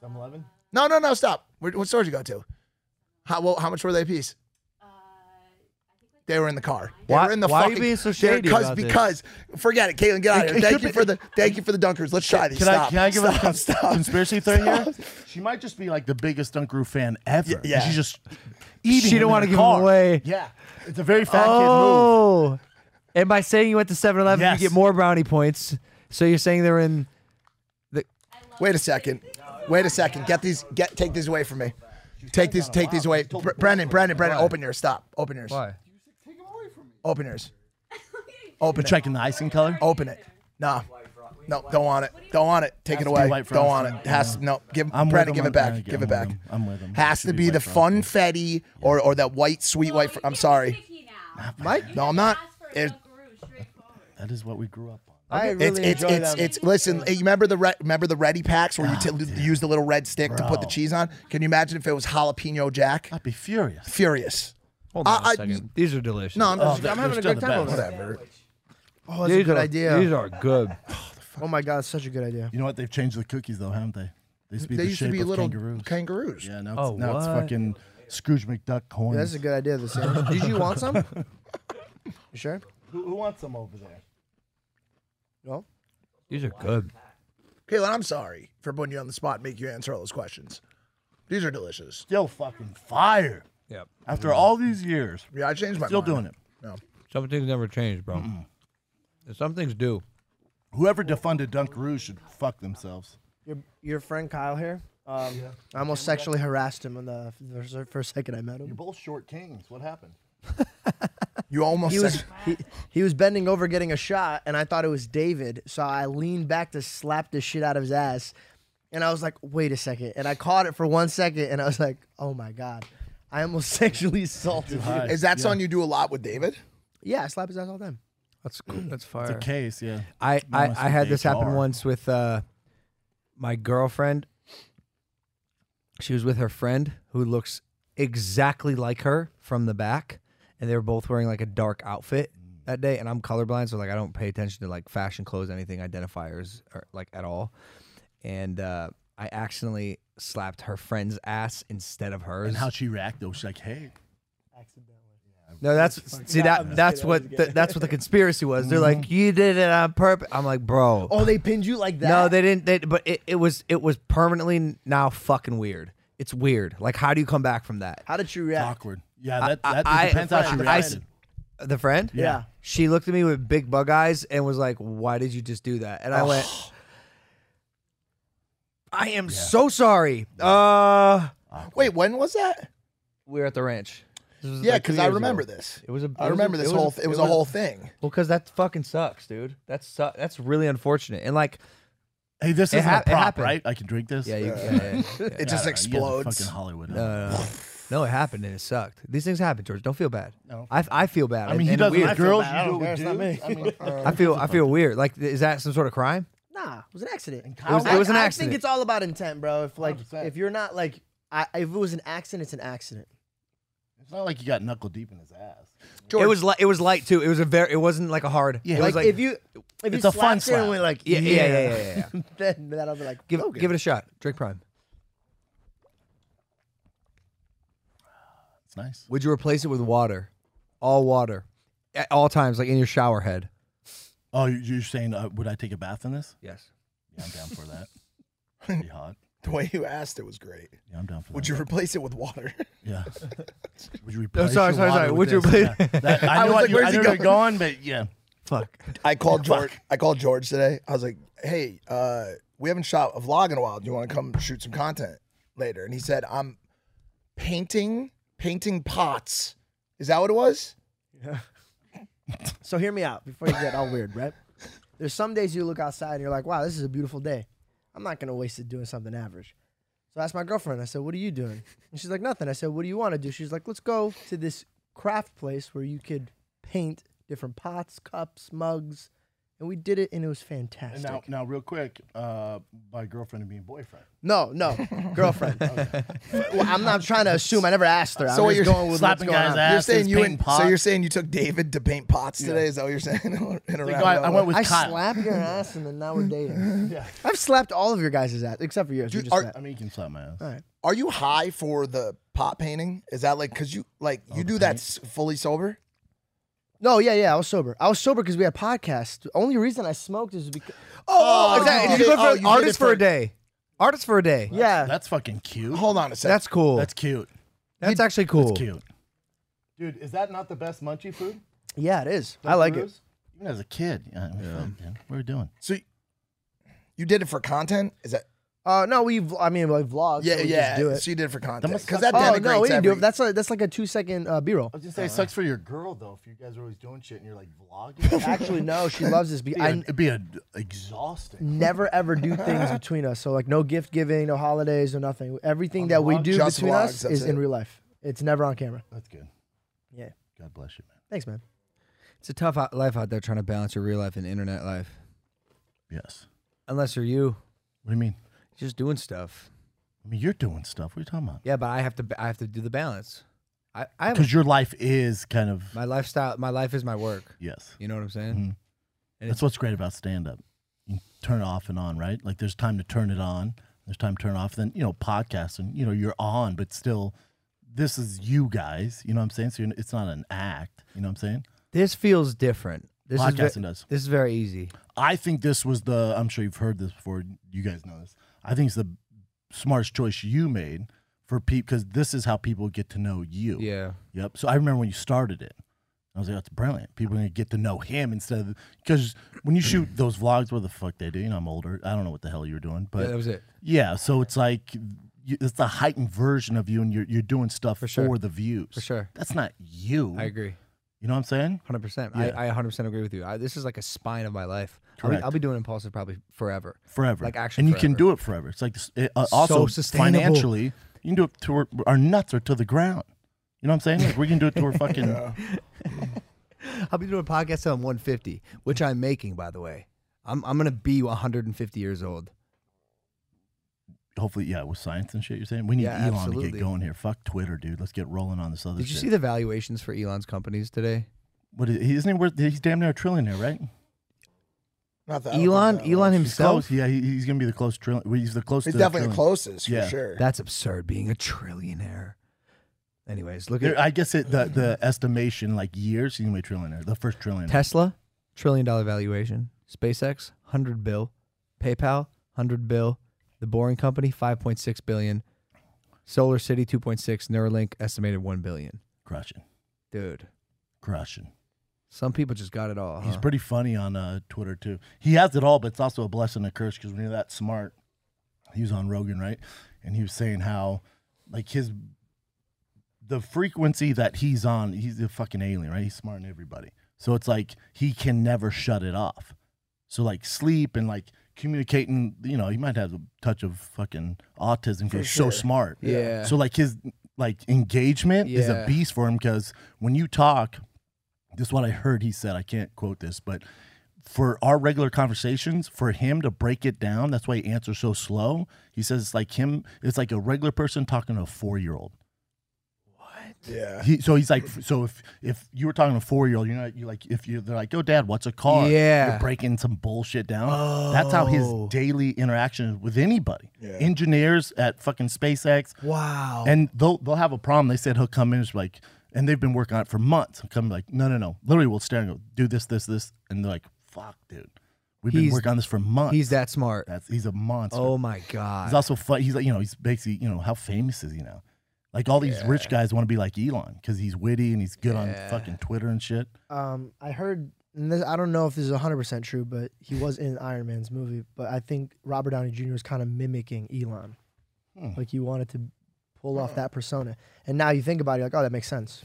7-Eleven?
No, no, no, stop. Where- What store did you go to? How, well, how much were they a piece? They were in the car.
Why-
they were in the
why are you
fucking,
being so
they-
shady
Cause,
about this?
because forget it, Caitlin, get out
It-
of here.
it
Thank
could
you
be-
for the thank you for the dunkers. Let's try these.
Can
stop.
I, can I give
stop,
a cons-
stop.
conspiracy theory here? She might just be like the biggest Dunk Crew fan ever. and
yeah.
She's just eating.
She don't
want to
give him away.
Yeah. It's a very fat kid move.
oh. And by saying you went to 7 Eleven,
Yes.
you get more brownie points. So you're saying they're in. The,
Wait a second. Wait a second. Get these. Get take these away from me. Take these. Take these away. Br- Brendan. Brendan. Brendan. Open yours. Stop. Open yours.
Why?
Open yours. Open.
You're
it.
checking the icing color?
Open it. Nah. No, don't want it. Don't want it. Take
Has
it
to be
away.
white
Don't
frosting.
want it. Has to, no. Give
I'm with
Brendan.
him
Give
on-
it back.
I get-
give
I'm
it
with
back.
him. I'm with him.
Has to be the funfetti or or that white sweet white.
Oh,
fr- I'm sorry. Mike. No, I'm not. It-
That is what we grew up on.
it's it's it's, it's listen. eh, You remember the re- remember the ready packs where you t- use the little red stick to put the
Ah, Bro.
cheese on? Can you imagine if it was jalapeno jack? I'd
be furious.
Furious.
hold
I-
on a
I-
second. These are delicious.
No, I'm,
Oh,
just,
they're-
I'm
they're
having a
still
good
the
time.
best.
Whatever.
Oh, that's a
These
good
are-
idea.
These are good.
Oh my god, such a good idea.
You know what? They've changed the cookies though, haven't they? They used to be,
They
the
used to
shape
be
of
little
kangaroos.
kangaroos.
Yeah, now it's,
Oh,
now it's
what?
fucking Scrooge McDuck coins.
Yeah, that's a good idea. This did you want some? You sure?
Who, who wants them over there?
No.
These are good.
Caitlin, I'm sorry for putting you on the spot and make you answer all those questions. These are delicious.
Still fucking fire.
Yep.
After all these years.
Yeah, I changed my
Still
mind.
doing it.
No.
Some things never change, bro. And Some things do.
Whoever defunded Dunkaroos should fuck themselves.
Your your friend Kyle here. Um, I almost sexually harassed him in the the first second I met him.
You're both short kings. What happened?
You almost
he was,
said-
he, he was bending over getting a shot, and I thought it was David, so I leaned back to slap the shit out of his ass, and I was like, "Wait a second. and I caught it for one second, and I was like, "Oh my god, I almost sexually assaulted him."
Is that something you do a lot with David?
Yeah, I slap his ass all the time.
That's cool. That's fire.
It's a case, yeah.
I, I,
Must
I
be
had this happen
HR.
once with uh, my girlfriend. She was with her friend who looks exactly like her from the back, and they were both wearing like a dark outfit that day. And I'm colorblind, so like I don't pay attention to like fashion, clothes, anything identifiers or like at all. And uh, I accidentally slapped her friend's ass instead of hers.
And how she reacted though? She's like, hey.
No, that's see that that's what the, that's what the conspiracy was. They're
Mm-hmm.
like, you did it on purpose. I'm like, bro.
Oh, they pinned you like that?
No, they didn't. They, but it, it was it was permanently now fucking weird. It's weird. Like, how do you come back from that?
How did you react?
Awkward. Yeah, that, that
I-
it depends how she
I- I-
reacted.
The friend,
Yeah. Yeah.
she looked at me with big bug eyes and was like, "Why did you just do that?" And I went, "I am so sorry." Uh,
Wait, when was that?
we were at the ranch. This was
Yeah,
like two
because I
years
remember
ago.
this.
It was a.
I
it was a-
remember this
it was a-
whole. th- It was a whole thing.
Well, because that fucking sucks, dude. That's su- that's really unfortunate. And like,
Hey, this
It
is
hap-
not
it
a prop,
happened.
right? I can drink this.
Yeah, you- yeah, yeah, yeah. It
I
just
don't know. You guys are
explodes.
Fucking Hollywood.
no, no, no. No, it happened and it sucked. These things happen, George. Don't feel bad.
No.
I, I feel bad.
I
and-
mean, he
and
doesn't
weird.
like girls. You do it with dudes. I mean,
I feel I feel weird. Like, is that some sort of crime?
Nah, it was an accident.
It was- it was an
I, I
accident.
think it's all about intent, bro. If like if you're not like I, if it was an accident, it's an accident.
It's not like you got knuckle deep in his ass.
It was li- it was light too. It was a very. It wasn't like a hard.
Yeah.
it
like,
was like
if you if
It's
you
a fun
slapped her and
slap.
went like
Yeah, yeah, yeah, yeah, yeah, yeah.
then that'll be like
give
okay.
give it a shot. Drink prime.
It's nice.
Would you replace it with water? All water, at all times, like in your shower head.
Oh, you- you're saying uh, would I take a bath in this?
Yes.
Yeah, I'm down for that. Pretty hot.
The way you asked it was great.
Yeah, I'm down for
Would
that.
you replace it with water?
Yeah. Would you replace?
sorry,
your
sorry,
water
sorry.
with
Would you
this?
replace-
Yeah. That-
I
I
was
know
like,
what you- I
where's he
know where you're
going?
going, but yeah.
Fuck.
I called George. I called George today. I was like, "Hey, uh, we haven't shot a vlog in a while. Do you want to come shoot some content later?" And he said, "I'm painting, painting pots. Is that what it was?
So hear me out before you get all weird, right? There's some days you look outside and you're like, wow, this is a beautiful day. I'm not gonna waste it doing something average. So I asked my girlfriend, I said, What are you doing? And she's like, Nothing. I said, What do you want to do? She's like, Let's go to this craft place where you could paint different pots, cups, mugs. And we did it and it was
And
fantastic.
now, now, real quick, uh, my girlfriend and being boyfriend.
No, no, girlfriend. well, I'm not trying to assume. I never asked her.
So
I'm
what
just
you're
going with what's
slapping
going
guys'
on.
ass.
You're
That's
saying
his
you
painting
and,
pot.
so you're saying you took David to paint pots today? Is that what you're saying? in a
Like,
round
I- I
robin?
went with
I
Kyle.
slapped your ass and then now we're dating. I've slapped all of your guys' ass except for yours. You just
are-
met.
I mean, you can slap my ass.
all right.
Are you high for the pot painting? Is that like because you like you do that s- fully sober?
No, yeah, yeah. I was sober. I was sober because we had podcasts. The only reason I smoked is because.
Oh, exactly. you go for artist for, a day. Artist for a day.
yeah.
That's fucking cute.
Hold on a second.
That's cool.
That's cute.
That's actually cool.
That's cute. Dude, is that not the best munchie food?
Yeah, it is.
Like Peru's? Even as a kid, yeah, yeah. we were doing.
So, you did it for content? Is that?
Uh, no, we. v- I mean, like vlogs.
Yeah,
so we
yeah.
Just do it.
So you did it for content
must
because
suck.
that
oh
denigrates
no, we didn't do
every.
it. That's like that's like a two second uh, B roll.
I was gonna say, it sucks for your girl though. If you guys are always doing shit and you're like vlogging.
Actually, no, she loves this. Be-
Be a-
I
it'd be a, exhausting.
never ever do things between us. So like no gift giving, no holidays, no nothing. Everything that we
vlog?
do
Just
between
vlogs,
us
that's
is in
it.
real life. It's never on camera.
That's good.
Yeah.
God bless you, man.
Thanks, man.
It's a tough out- life out there trying to balance your real life and internet life.
Yes.
Unless you're you.
What do you mean?
Just doing stuff.
I mean, you're doing stuff. What are you talking about?
Yeah, but I have to. ba- I have to do the balance. I. I have a-
Because your life is kind of
my lifestyle. My life is my work.
yes.
You know what I'm saying?
Mhm.
And
That's what's great about stand up. You can turn it off and on, right? Like there's time to turn it on, there's time to turn it off. Then, you know, podcasts and, you know, you're on, but still, this is you guys. You know what I'm saying? So you're, it's not an act. You know what I'm saying?
This feels different. This is
Podcasting
ve-
does.
This is very easy.
I think this was the, I'm sure you've heard this before. You guys know this. I think it's the smartest choice you made for people because this is how people get to know you.
Yeah.
Yep. So I remember when you started it. I was like, that's brilliant. People are going to get to know him instead of because when you shoot those vlogs, what the fuck they do? You know, I'm older. I don't know what the hell you're doing, but
Yeah, that was it.
Yeah. So it's like you, it's the heightened version of you, and you're you're doing stuff for,
sure.
the views.
For sure.
That's not you.
I agree.
You know what I'm saying?
Hundred percent.
Yeah.
I I hundred percent agree with you. I, this is like a spine of my life. I'll be,
Correct.
I'll be doing impulsive probably forever.
Forever.
Like actually,
and you can do it forever. It's like this, it, uh,
So
also
sustainable.
financially, you can do it to our, our nuts are to the ground. You know what I'm saying? Like we can do it to our fucking.
I'll be doing a podcast till I'm 150, which I'm making, by the way. I'm I'm gonna be 150 years old.
hopefully, yeah, with science and shit, you're saying we need
Yeah,
Elon to
absolutely.
get going here. Fuck Twitter, dude. Let's get rolling on this other.
Did you
shit.
see the valuations for Elon's companies today?
What is, he- isn't he worth? He's damn near a trillionaire, right?
Not that
Elon,
Oh,
Elon
He's
himself.
close. Yeah, he, he's gonna be the close trillion. well, He's the close.
He's
to the
definitely the
trillion.
closest for
Yeah.
sure.
That's absurd. Being a trillionaire. Anyways, look at
There- I guess it, the the estimation like years he's gonna be a trillionaire, the first trillionaire.
Tesla, trillion dollar valuation. SpaceX, hundred bill. PayPal, hundred bill. The Boring Company, five point six billion. Solar City, two point six. Neuralink, estimated one billion.
crushing,
Dude,
crushing.
some people just got it all.
He's
huh?
pretty funny on uh, Twitter too. He has it all, but it's also a blessing and a curse because when you're that smart, he was on Rogan, right? And he was saying how, like his, the frequency that he's on, he's a fucking alien, right? He's smarting everybody, so it's like he can never shut it off. So like sleep and like communicating, you know, he might have a touch of fucking autism because
For
he's so
sure.
smart.
Yeah.
So like his like engagement is a
Yeah.
beast for him because when you talk, this is what I heard he said. I can't quote this, but for our regular conversations, for him to break it down, that's why he answers so slow. He says it's like him, it's like a regular person talking to a four year old.
Yeah.
He, so he's like, so if if you were talking to a four year old, you know, you like if you they're like, oh dad, what's a car?
Yeah.
you're breaking some bullshit down. That's how his
Oh.
daily interaction is with anybody,
Yeah.
engineers at fucking SpaceX,
Oh.
wow.
and they'll they'll have a problem. They said he'll come in, it's like, and they've been working on it for months. He'll come like, no, no, no. Literally, we'll stare and go, do this, this, this, and they're like, fuck, dude, we've been
He's-
working on this for months.
He's that smart.
That's he's a monster.
Oh my
He's
god.
also fun. He's like, you know, he's basically, you know, how famous is he now? Like all these rich guys want to be like Elon because he's witty and he's good on fucking Twitter and shit.
Um, I heard. And this, I don't know if this is 100% true, but he was in Iron Man's movie. But I think Robert Downey Jr. was kind of mimicking Elon.
Hmm.
Like he wanted to pull off that persona. And now you think about it, you're like, oh, that makes sense.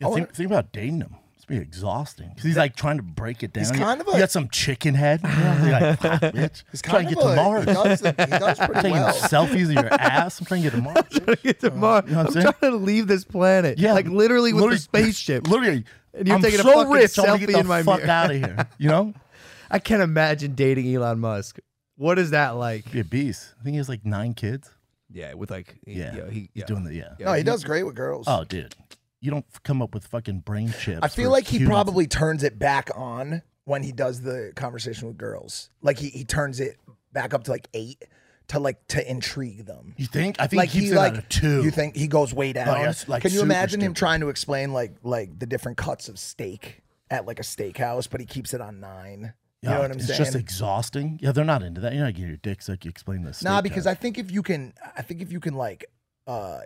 Yeah,
Oh,
think, think about dating him. It's be exhausting 'Cause he's like trying to break it down.
He's
You-
kind of
you
a-
got some chicken head. You know? You're like, fuck, bitch.
He's
I'm trying to get
kind of
to
a-
Mars.
He does, the- he does
I'm
pretty
taking
well.
selfies of your ass. I'm trying to get to Mars. bitch.
Get to Mars.
You know what I'm
I'm
saying?
trying to leave this planet. like literally with the spaceship.
Literally,
And you're
I'm
taking a
so
fucking
rich. I wanna
selfie
get the
in my
fuck
mirror.
out of here. You know,
I can't imagine dating Elon Musk. What is that like?
be a beast. I think he has like nine kids.
Yeah, with like
Yeah,
yeah,
he's doing the yeah.
No, he does great with girls.
Oh, dude, you don't f- come up with fucking brain chips.
I feel
for
like he
humans.
probably turns it back on when he does the conversation with girls. Like he, he turns it back up to like eight to like to intrigue them.
You think? I think he keeps it at a two.
You think he goes way down?
Like, that's, like,
Can you
super
imagine him
stupid.
trying to explain like like the different cuts of steak at like a steakhouse, but he keeps it on nine? You
Yeah,
know what I'm
it's
saying?
just exhausting. Yeah, they're not into that. You're not getting your dicks like you explain this.
Nah, because I think if you can, I think if you can like, uh,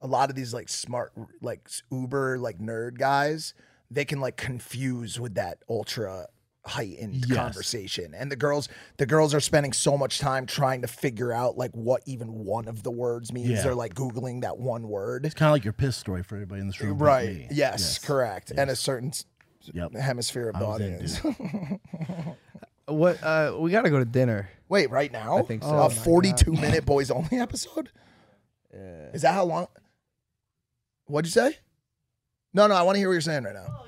a lot of these like smart like s- Uber like nerd guys, they can like confuse with that ultra heightened
Yes.
conversation. And the girls, the girls are spending so much time trying to figure out like what even one of the words means.
Yeah.
They're like googling that one word.
it's kind of like your piss story for everybody in this room, but
Right.
me.
Yes, Correct. And a certain s- hemisphere of the
I was in,
audience.
What? Uh, we gotta go to dinner.
Wait, right now?
I think so.
A 42 minute boys only episode? Is that how long? What'd you say? No, no, I want to hear what you're saying right now.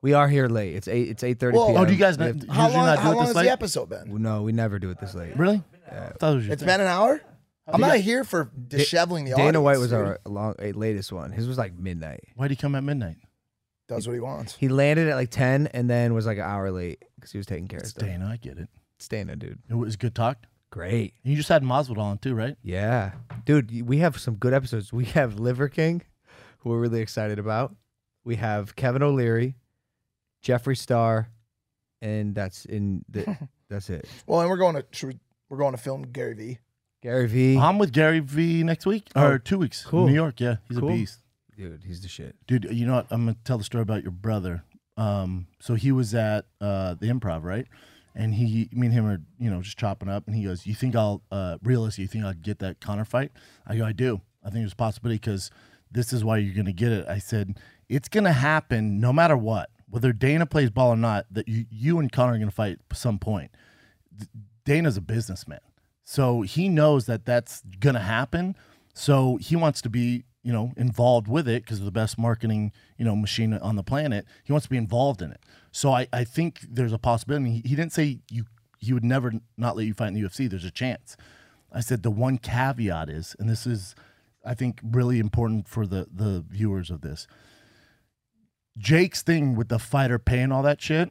We are here late. It's eight. It's eight thirty.
Well,
p.m.
oh, do you guys
We
not-
have-
how long- how long has the episode been?
Well, No, we never do it this late.
Really?
It's been an hour? I'm not here for disheveling the
Dana
audience.
White was
dude.
our long, eh, latest one. His was like midnight.
Why'd he come at midnight?
Does what he wants.
He landed at like ten, and then was like an hour late because he was taking care of
It's
stuff.
Dana, I get it.
It's Dana, dude.
It was good talk.
Great.
You just had Masvidal on too, right?
Yeah, dude. y- We have some good episodes. We have Liver King, who we're really excited about. We have Kevin O'Leary, Jeffree Star, and that's in the. that's it.
Well, and we're going to should we- we're going to film Gary Vee.
Gary V.
Uh-huh.
I'm with Gary V next week
Oh,
or two weeks.
cool.
New York. Yeah, he's
Cool.
a beast.
Dude, he's the shit.
Dude, you know what? I'm gonna tell the story about your brother. Um, so he was at uh, the improv, right? And he, me and him are, you know, just chopping up. And he goes, "You think I'll, uh, realistically, you think I'll get that Connor fight?" I go, "I do. I think there's a possibility because this is why you're gonna get it." I said, "It's gonna happen no matter what, whether Dana plays ball or not. That you, you and Connor are gonna fight at some point." Dana's a businessman. So he knows that that's going to happen. So he wants to be, you know, involved with it because of the best marketing, you know, machine on the planet. He wants to be involved in it. So I, I think there's a possibility. He, he didn't say you he would never not let you fight in the UFC. There's a chance. I said the one caveat is, and this is, I think, really important for the the viewers of this. Jake's thing with the fighter pay and all that shit,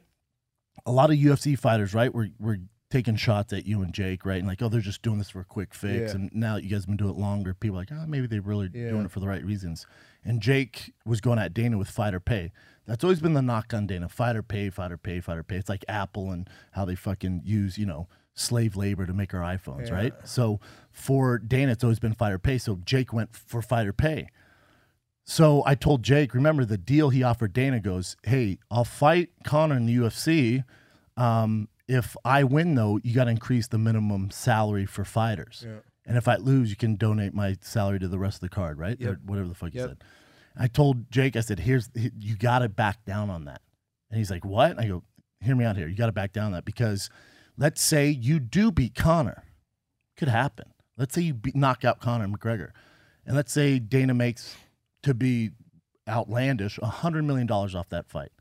a lot of UFC fighters, right, were, were taking shots at you and Jake, right? And like, oh, they're just doing this for a quick fix.
Yeah.
And now that you guys have been doing it longer, people are like, oh, maybe they really
Yeah.
doing it for the right reasons. And Jake was going at Dana with fighter pay. That's always been the knock on Dana fighter pay, fighter pay, fighter pay. It's like Apple and how they fucking use, you know, slave labor to make our iPhones,
Yeah.
right? So for Dana, it's always been fighter pay. So Jake went for fighter pay. So I told Jake, remember the deal he offered Dana goes, Hey, I'll fight Connor in the UFC. Um, if I win, though, you got to increase the minimum salary for fighters.
Yeah.
And if I lose, you can donate my salary to the rest of the card, right?
Yep.
Or whatever the fuck you
Yep.
said. I told Jake, I said, Here's, you got to back down on that. And he's like, What? I go, Hear me out here. You got to back down on that because let's say you do beat Connor could happen. Let's say you beat, knock out Conor McGregor, and let's say Dana makes to be outlandish hundred million dollars off that fight.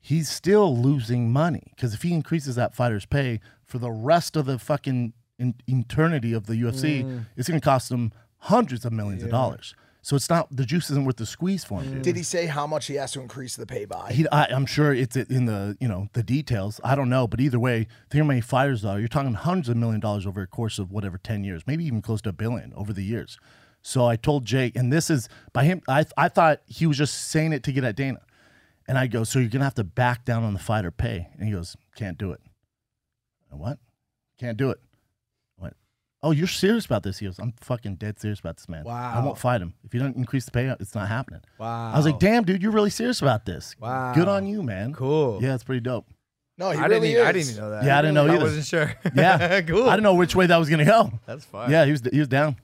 He's still losing money because if he increases that fighter's pay for the rest of the fucking in, eternity of the UFC,
Mm.
it's going to cost him hundreds of millions of
Yeah.
dollars. So it's not the juice isn't worth the squeeze for
Mm.
him. dude.
Did he say how much he has to increase the pay by?
He, I, I'm sure it's in the you know the details. I don't know, but either way, think how many fighters are. You're talking hundreds of million dollars over a course of whatever ten years, maybe even close to a billion over the years. So I told Jake, and this is by him. I I thought he was just saying it to get at Dana, and I go, so you're gonna have to back down on the fighter pay, and he goes, can't do it. I went, what? Can't do it. I went, oh, you're serious about this? He goes, I'm fucking dead serious about this man. I
Wow.
won't fight him if you don't increase the payout. It's not happening.
Wow.
I was like, damn, dude, you're really serious about this.
Wow.
Good on you, man.
Cool.
Yeah, it's pretty dope.
No, he
I
really
didn't. e- I
is.
didn't even know that.
yeah, I didn't know
I
either.
wasn't sure.
yeah.
cool.
I didn't know which way that was going to go.
That's fine.
Yeah, he was, he was down.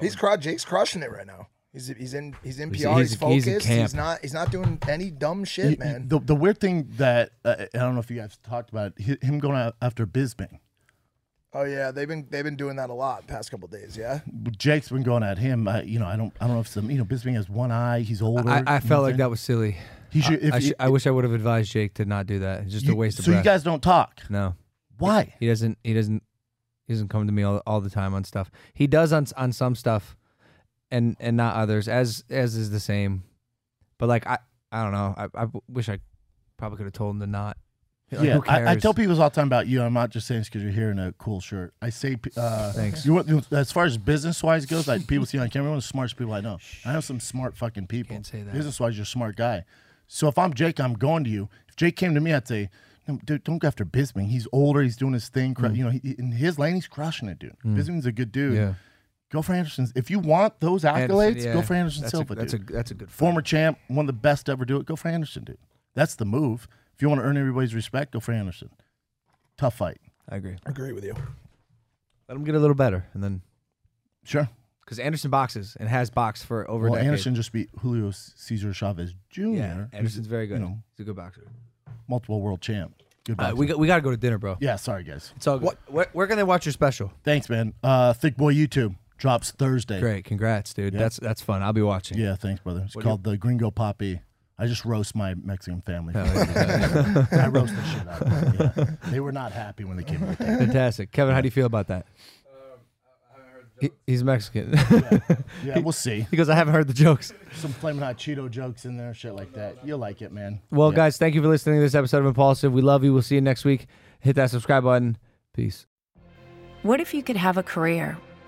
He's cru- Jake's crushing it right now. He's he's in he's in PR.
He's-
He's,
he's-
focused.
he's in
He's,
camp.
not he's not doing any dumb
You-
shit,
you-
man.
The, the weird thing that, uh, I don't know if you guys talked about it, hi- him going out after Bisbing.
Oh yeah, they've been they've been doing that a lot past couple days. Yeah,
Jake's been going at him. I, you know, I don't, I don't know if some, you know, Bisbing has one eye. He's older.
I, I
you know
felt
what
like
I'm
that was silly.
He should-
I-
if
I,
you-
should- I wish I would have advised Jake to not do that. It's just
You-
a waste of
so you
breath.
guys don't talk?
No.
Why?
He doesn't. He doesn't. He doesn't come to me all, all the time on stuff. He does on s- on some stuff, and and not others. As as is the same, but like I I don't know. I I wish I probably could have told him to not. Like,
yeah,
who
I, I
cares?
tell people all the time about you. I'm not just saying this because you're here in a cool shirt. I say, p- uh,
Thanks.
You, want- as far as business wise goes, like people see on camera, one of the smartest people I know. I know some smart fucking people. Can't say that. Business wise, you're a smart guy. So if I'm Jake, I'm going to you. If Jake came to me, I'd say, no, dude, don't go after Bisping. He's older. He's doing his thing. cru-
Mm.
You know, he, in his lane, he's crushing it, dude.
Mm.
Bisping's a good dude.
Yeah.
Go for Anderson's. If you want those accolades,
yeah.
go for Anderson
That's a-
Silva.
that's
dude.
a- that's a good
former champ, one of the best to ever do it. Go for Anderson, dude. That's the move. If you want to earn everybody's respect, go for Anderson. Tough fight.
I agree.
Agree with you.
Let him get a little better, and then
sure,
because Anderson boxes and has boxed for over. a
well,
decade.
Anderson just beat Julio C- Cesar Chavez Jr.
Yeah,
who's,
Anderson's very good.
You know,
He's a good boxer.
multiple world champ. Good
All right,
boxer.
we got, we got to go to dinner, bro.
Yeah, sorry guys.
It's all good. where, where can they watch your special?
Thanks, man. Uh, Thick Boy YouTube drops Thursday.
Great, congrats, dude. That's that's fun. I'll be watching.
Yeah, thanks, brother. It's
What do you-
called the Gringo Poppy. I just roast my Mexican family.
Hell yeah.
I roast the shit out of them. yeah. They were not happy when they came out.
Fantastic, Kevin. How do you feel about that? He, he's Mexican.
Yeah, we'll see.
He goes, I haven't heard the jokes.
Some flaming hot Cheeto jokes in there, shit like that. You'll like it, man.
Well,
Yeah.
guys, thank you for listening to this episode of Impulsive. We love you. We'll see you next week. Hit that subscribe button. Peace.
What if you could have a career